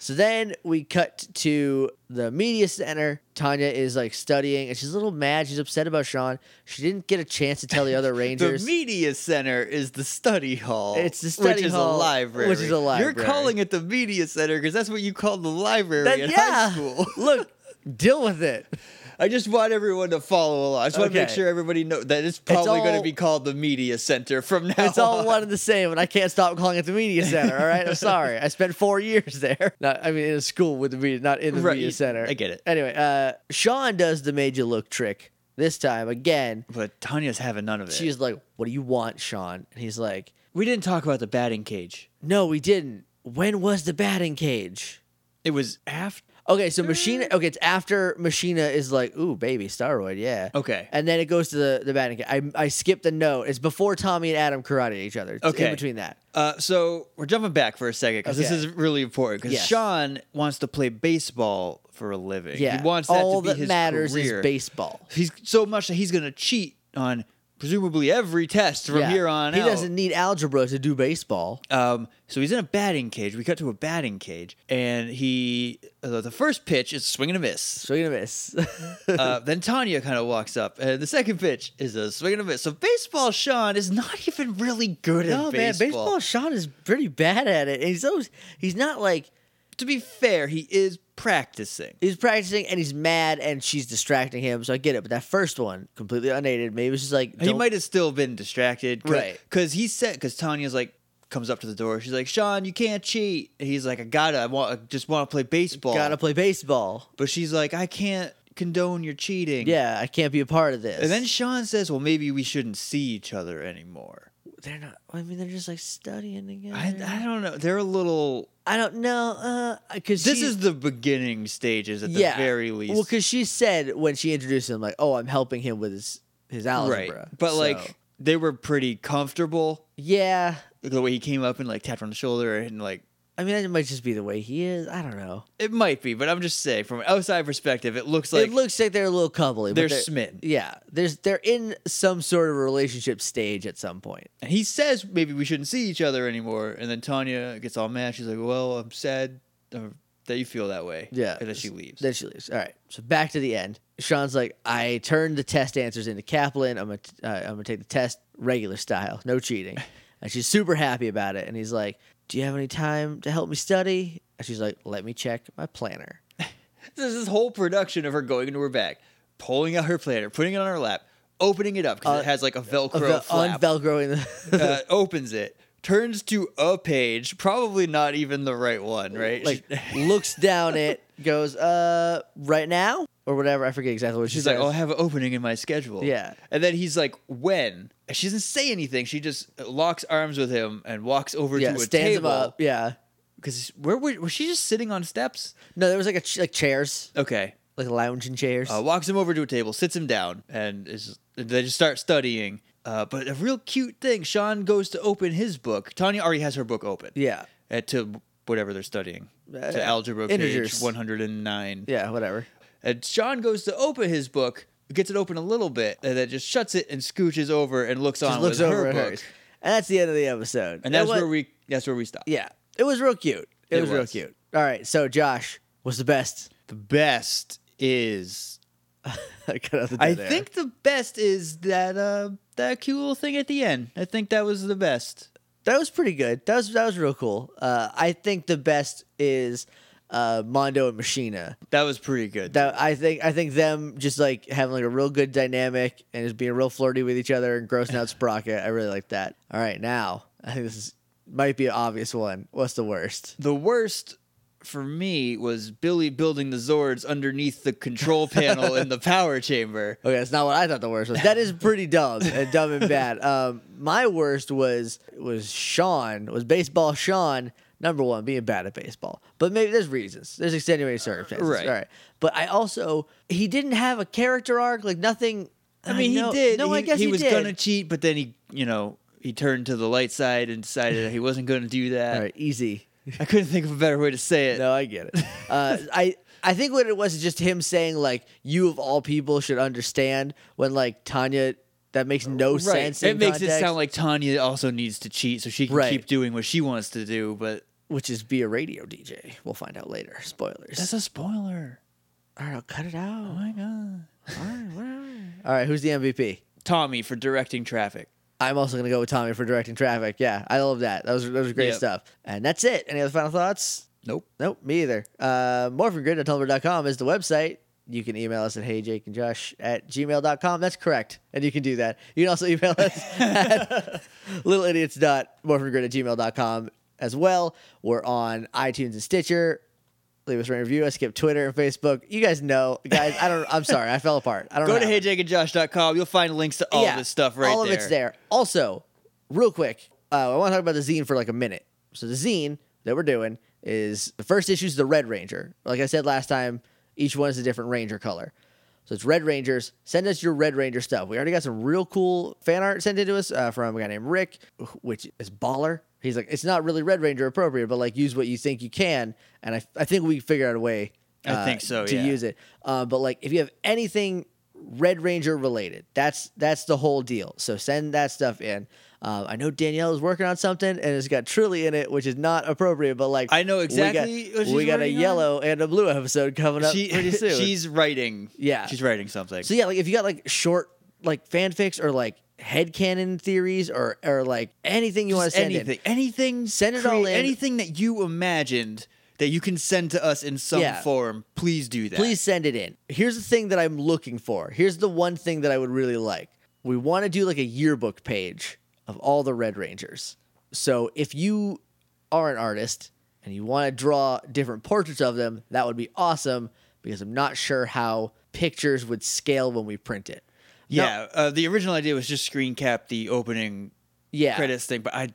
B: So then we cut to the media center. Tanya is like studying, and she's a little mad. She's upset about Sean. She didn't get a chance to tell the other
A: the
B: Rangers.
A: media center is the study hall.
B: It's the study
A: which is
B: hall,
A: a library.
B: which is a
A: You're
B: library.
A: calling it the media center because that's what you called the library
B: That-
A: in
B: yeah.
A: high school.
B: Look, deal with it.
A: I just want everyone to follow along. I just want to make
B: Okay.
A: sure everybody knows that it's probably going
B: all-
A: to be called the media center from now.
B: It's all
A: on.
B: one and the same, and I can't stop calling it the media center. All right, I'm sorry. I spent four years there. Not, I mean, in a school with the media, not in the
A: Right,
B: media center.
A: I get it.
B: Anyway, uh, Sean does the made you look trick this time again.
A: But Tanya's having none of it.
B: She's like, "What do you want, Sean?" And he's like,
A: we didn't talk about the batting cage.
B: "No, we didn't. When was the batting cage?"
A: It was after.
B: Okay, so Machina. Okay, it's after Machina is like, "Ooh, baby, steroid, yeah."
A: Okay.
B: And then it goes to the, the batting cage. I, I skipped the note. It's before Tommy and Adam karate each other. It's in
A: Okay.
B: between that.
A: Uh, so we're jumping back for a second because this
B: Okay.
A: is really important. Because
B: Yes.
A: Sean wants to play baseball for a living.
B: Yeah.
A: he wants that to
B: All
A: be
B: that
A: his
B: matters
A: career.
B: is baseball.
A: He's so much that he's going to cheat on presumably every test from
B: Yeah.
A: here on
B: He
A: out.
B: doesn't need algebra to do baseball.
A: Um, so he's in a batting cage. We cut to a batting cage, and he uh, the first pitch is swing and a miss.
B: So you're gonna miss.
A: uh, then Tanya kind of walks up, and the second pitch is a swing and a miss. So baseball, Sean is not even really good
B: no
A: at
B: man,
A: baseball.
B: baseball Sean is pretty bad at it. And he's always he's not like
A: To be fair, he is practicing.
B: he's practicing and he's mad and she's distracting him, so I get it. But that first one, completely unaided, maybe it's just like
A: He
B: don't-
A: might have still been distracted, cause,
B: Right.
A: Because he said, because Tanya's like comes up to the door. She's like, "Sean, you can't cheat." And he's like, "I gotta. I want. I just want to play baseball."
B: gotta play baseball.
A: But she's like, "I can't condone your cheating."
B: Yeah, I can't be a part of this.
A: And then Sean says, "Well, maybe we shouldn't see each other anymore."
B: they're not I mean they're just like studying together.
A: I, I don't know. They're a little.
B: I don't know, uh cause
A: This
B: she-
A: is the beginning stages, at the very least.
B: Well, because she said when she introduced him, like, "Oh, I'm helping him with his his algebra."
A: But
B: So,
A: like they were pretty comfortable.
B: yeah,
A: The way he came up and like tapped her on the shoulder and like
B: I mean, that might just be the way he is. I don't know.
A: it might be, but I'm just saying from an outside perspective, it looks like
B: it looks like they're a little coupley. but
A: they're smitten.
B: Yeah, there's they're in some sort of relationship stage at some point.
A: And he says maybe we shouldn't see each other anymore. And then Tanya gets all mad. She's like, "Well, I'm sad uh, that you feel that way."
B: Yeah,
A: And then she leaves.
B: Then she leaves. All right. So back to the end. Sean's like, I turned the test answers into Kaplan. I'm gonna, uh, I'm gonna take the test regular style, no cheating. And she's super happy about it. And he's like, Do you have any time to help me study? And she's like, Let me check my planner.
A: There's this whole production of her going into her bag, pulling out her planner, putting it on her lap, opening it up because
B: Uh,
A: it has like a Velcro
B: Of the- on
A: flap.
B: velcroing the
A: uh, opens it, turns to a page, probably not even the right one, right?
B: like
A: She-
B: looks down it, goes, Uh, right now or whatever. I forget exactly what she
A: she's like,
B: says.
A: "Oh, I have an opening in my schedule."
B: Yeah.
A: and then he's like, "When?" And she doesn't say anything. She just locks arms with him and walks over
B: yeah,
A: to a
B: stands him
A: table.
B: up. Yeah.
A: Because where were, was she just sitting on steps?
B: No, there was like a ch- like chairs,
A: Okay.
B: like lounging chairs.
A: Uh, walks him over to a table, sits him down, and is, they just start studying. Uh, but a real cute thing Sean goes to open his book. Tanya already has her book open.
B: yeah.
A: Uh, to whatever they're studying.
B: Uh,
A: to algebra page
B: integers.
A: 109.
B: Yeah. Whatever.
A: And Sean goes to open his book, gets it open a little bit, and then just shuts it and scooches over and looks
B: just
A: on
B: looks
A: with
B: over
A: her
B: at
A: book.
B: hers. And that's the end of the episode.
A: And that's
B: what-
A: where we that's where we stop.
B: Yeah. It was real cute. It,
A: It
B: was, real
A: was.
B: cute. All right. So Josh was the best.
A: The best is
B: I got out the
A: I
B: dead air.
A: think the best is that uh that cute little thing at the end. I think that was the best.
B: that was pretty good. That was that was real cool. Uh, I think the best is uh, Mondo and Machina.
A: That was pretty good.
B: That I think I think them just like having like a real good dynamic and just being real flirty with each other and grossing out Sprocket. I really like that. All right, now I think this is might be an obvious one. What's the worst?
A: the worst for me was Billy building the Zords underneath the control panel in the power chamber.
B: Okay, that's not what I thought the worst was. That is pretty dumb and dumb and bad. Um, my worst was was Sean was baseball Sean number one being bad at baseball, but maybe there's reasons. There's extenuating circumstances.
A: Right.
B: All right. But I also he didn't have a character arc like nothing.
A: I mean,
B: know-
A: he did.
B: No,
A: he,
B: I guess
A: he,
B: he,
A: was
B: did.
A: gonna cheat, but then he, you know, he turned to the light side and decided that he wasn't gonna do that.
B: All right, easy.
A: I couldn't think of a better way to say it.
B: No, I get it. Uh, I I think what it was is just him saying like you of all people should understand when like Tanya that makes no sense.
A: It
B: in
A: makes it
B: context,
A: sound like Tanya also needs to cheat so she can
B: Right.
A: keep doing what she wants to do, but
B: which is be a radio DJ. We'll find out later. Spoilers.
A: that's a spoiler.
B: all right, I'll cut it
A: Oh
B: out.
A: my god.
B: All right, whatever. All right, who's the MVP?
A: Tommy for directing traffic.
B: I'm also gonna go with Tommy for directing traffic. Yeah, I love that. That was that was great
A: Yep.
B: stuff. And that's it. Any other final thoughts?
A: Nope.
B: Nope, me either. Uh, morphingrid.tumblr.com is the website. You can email us at heyjakeandjosh at gmail.com. That's correct. And you can do that. You can also email us at littleidiots.morphingrid at gmail.com as well. We're on iTunes and Stitcher. Leave us a review. I skip Twitter and Facebook. You guys know. Guys, I don't I'm sorry. I fell apart. I don't
A: Go
B: know
A: to
B: how.
A: heyjakeandjosh.com. You'll find links to all
B: Yeah,
A: this stuff right
B: all
A: there.
B: of it's there. Also, real quick, uh, I want to talk about the zine for like a minute. So the zine that we're doing is the first issue is the Red Ranger. Like I said last time, each one is a different Ranger color. So it's Red Rangers. Send us your Red Ranger stuff. We already got some real cool fan art sent in to us uh, from a guy named Rick, which is baller. He's like, it's not really Red Ranger appropriate, but like use what you think you can. And I, I think we figure out a way.
A: I think so,
B: To
A: yeah.
B: use it, uh, but like if you have anything Red Ranger related, that's that's the whole deal. So send that stuff in. Um, I know Danielle is working on something and it's got Trilly in it, which is not appropriate. But like
A: I know
B: we
A: exactly
B: got,
A: what she's
B: we got a
A: working on.
B: yellow and a blue episode coming up
A: She-
B: pretty soon.
A: She's writing.
B: Yeah.
A: She's writing something.
B: So yeah, like if you got like short like fanfics or like headcanon theories or or like anything you want to
A: Just
B: send
A: anything,
B: in.
A: anything,
B: Send it all in.
A: Anything that you imagined that you can send to us in some
B: Yeah.
A: form, please do that.
B: Please send it in. Here's the thing that I'm looking for. Here's the one thing that I would really like. We want to do like a yearbook page of all the Red Rangers. So if you are an artist and you want to draw different portraits of them, that would be awesome because I'm not sure how pictures would scale when we print it. No-
A: Yeah, uh, the original idea was just screen cap the opening
B: yeah.
A: credits thing, but I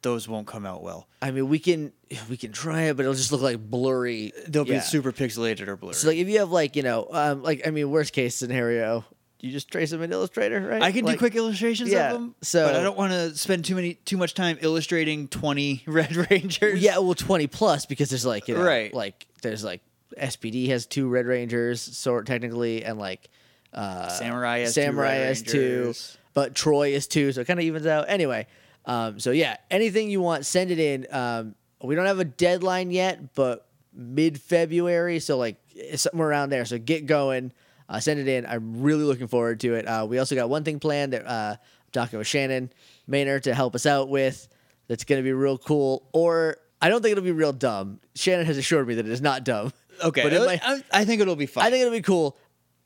A: those won't come out well.
B: I mean, we can we can try it, but it'll just look like blurry.
A: They'll
B: Yeah.
A: be super pixelated or blurry.
B: So like, if you have like you know, um, like I mean, worst case scenario, you just trace them in Illustrator, right?
A: I can
B: Like-
A: do quick illustrations of
B: yeah,
A: them,
B: so-
A: but I don't want to spend too many too much time illustrating twenty Red Rangers.
B: Yeah, well, twenty plus because there's like you know,
A: Right.
B: like there's like SPD has two Red Rangers, sort technically, and like uh,
A: Samurai has two
B: Samurai
A: Red
B: has two,
A: Rangers.
B: but Troy is two, so it kind of evens out. Anyway, um, so yeah, anything you want, send it in. Um, we don't have a deadline yet, but mid February, so like it's somewhere around there. So get going, uh, send it in. I'm really looking forward to it. Uh, we also got one thing planned that uh, I'm talking with Shannon Maynard to help us out with. That's gonna be real cool, or I don't think it'll be real dumb. Shannon has assured me that it is not dumb.
A: Okay, uh,
B: but it might,
A: I, I think it'll be fine.
B: I think it'll be cool.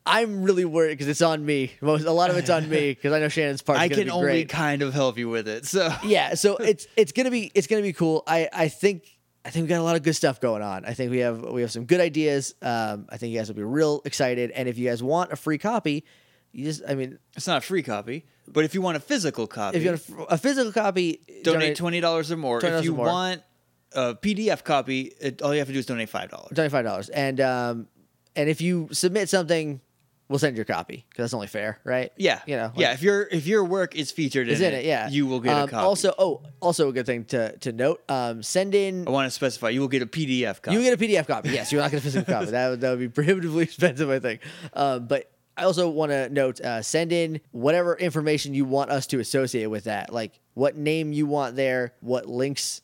B: I'm really worried because it's on me. Most, a lot of it's on me because I know Shannon's part. Is
A: I
B: gonna
A: can
B: be
A: only
B: great.
A: kind of help you with it. So
B: yeah, so it's it's gonna be it's gonna be cool. I I think I think we got a lot of good stuff going on. I think we have we have some good ideas. Um, I think you guys will be real excited. And if you guys want a free copy, you just I mean,
A: it's not a free copy, but if you want a physical copy,
B: if you want a, a physical copy,
A: donate twenty dollars or more.
B: $20
A: If you
B: or more.
A: want a PDF copy, it, all you have to do is donate five dollars.
B: twenty five dollars. And um, and if you submit something, we'll send your copy because that's only fair, right?
A: Yeah,
B: you know,
A: yeah. If your if your work is featured
B: Is
A: in,
B: in it, yeah.
A: you will get a
B: Um,
A: copy.
B: Also, oh, also a good thing to to note. Um, send in
A: I want to specify you will get a PDF copy.
B: You get a PDF copy. Yes, you're not going to physical copy. That would, that would be prohibitively expensive, I think. Uh, but I also want to note: uh, send in whatever information you want us to associate with that, like what name you want there, what links,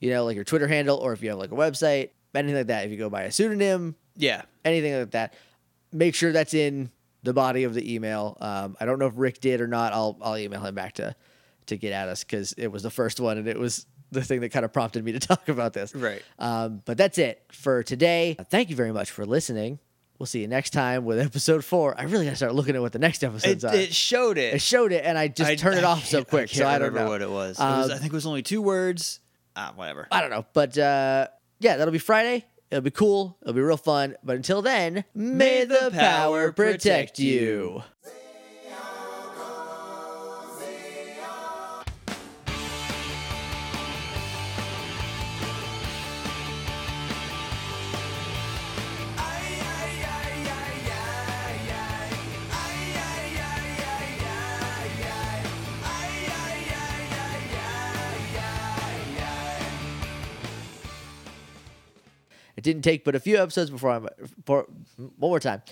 B: you know, like your Twitter handle, or if you have like a website, anything like that. If you go by a pseudonym,
A: yeah,
B: anything like that, make sure that's in the body of the email. Um, I don't know if Rick did or not. I'll I'll email him back to to get at us because it was the first one and it was the thing that kind of prompted me to talk about this.
A: Right.
B: Um, but that's it for today. Thank you very much for listening. We'll see you next time with episode four. I really gotta start looking at what the next
A: it,
B: episode's on.
A: it showed it.
B: It showed it, and I just
A: I-
B: turned it
A: I
B: off so
A: can't-
B: quick.
A: I
B: so
A: can't
B: I don't
A: remember
B: know
A: what it was. It
B: Um,
A: was. I think it was only two words. Ah, whatever.
B: I don't know, but uh, yeah, that'll be Friday. It'll be cool. It'll be real fun. But until then, may the power protect you. It didn't take but a few episodes before I'm. For, one more time.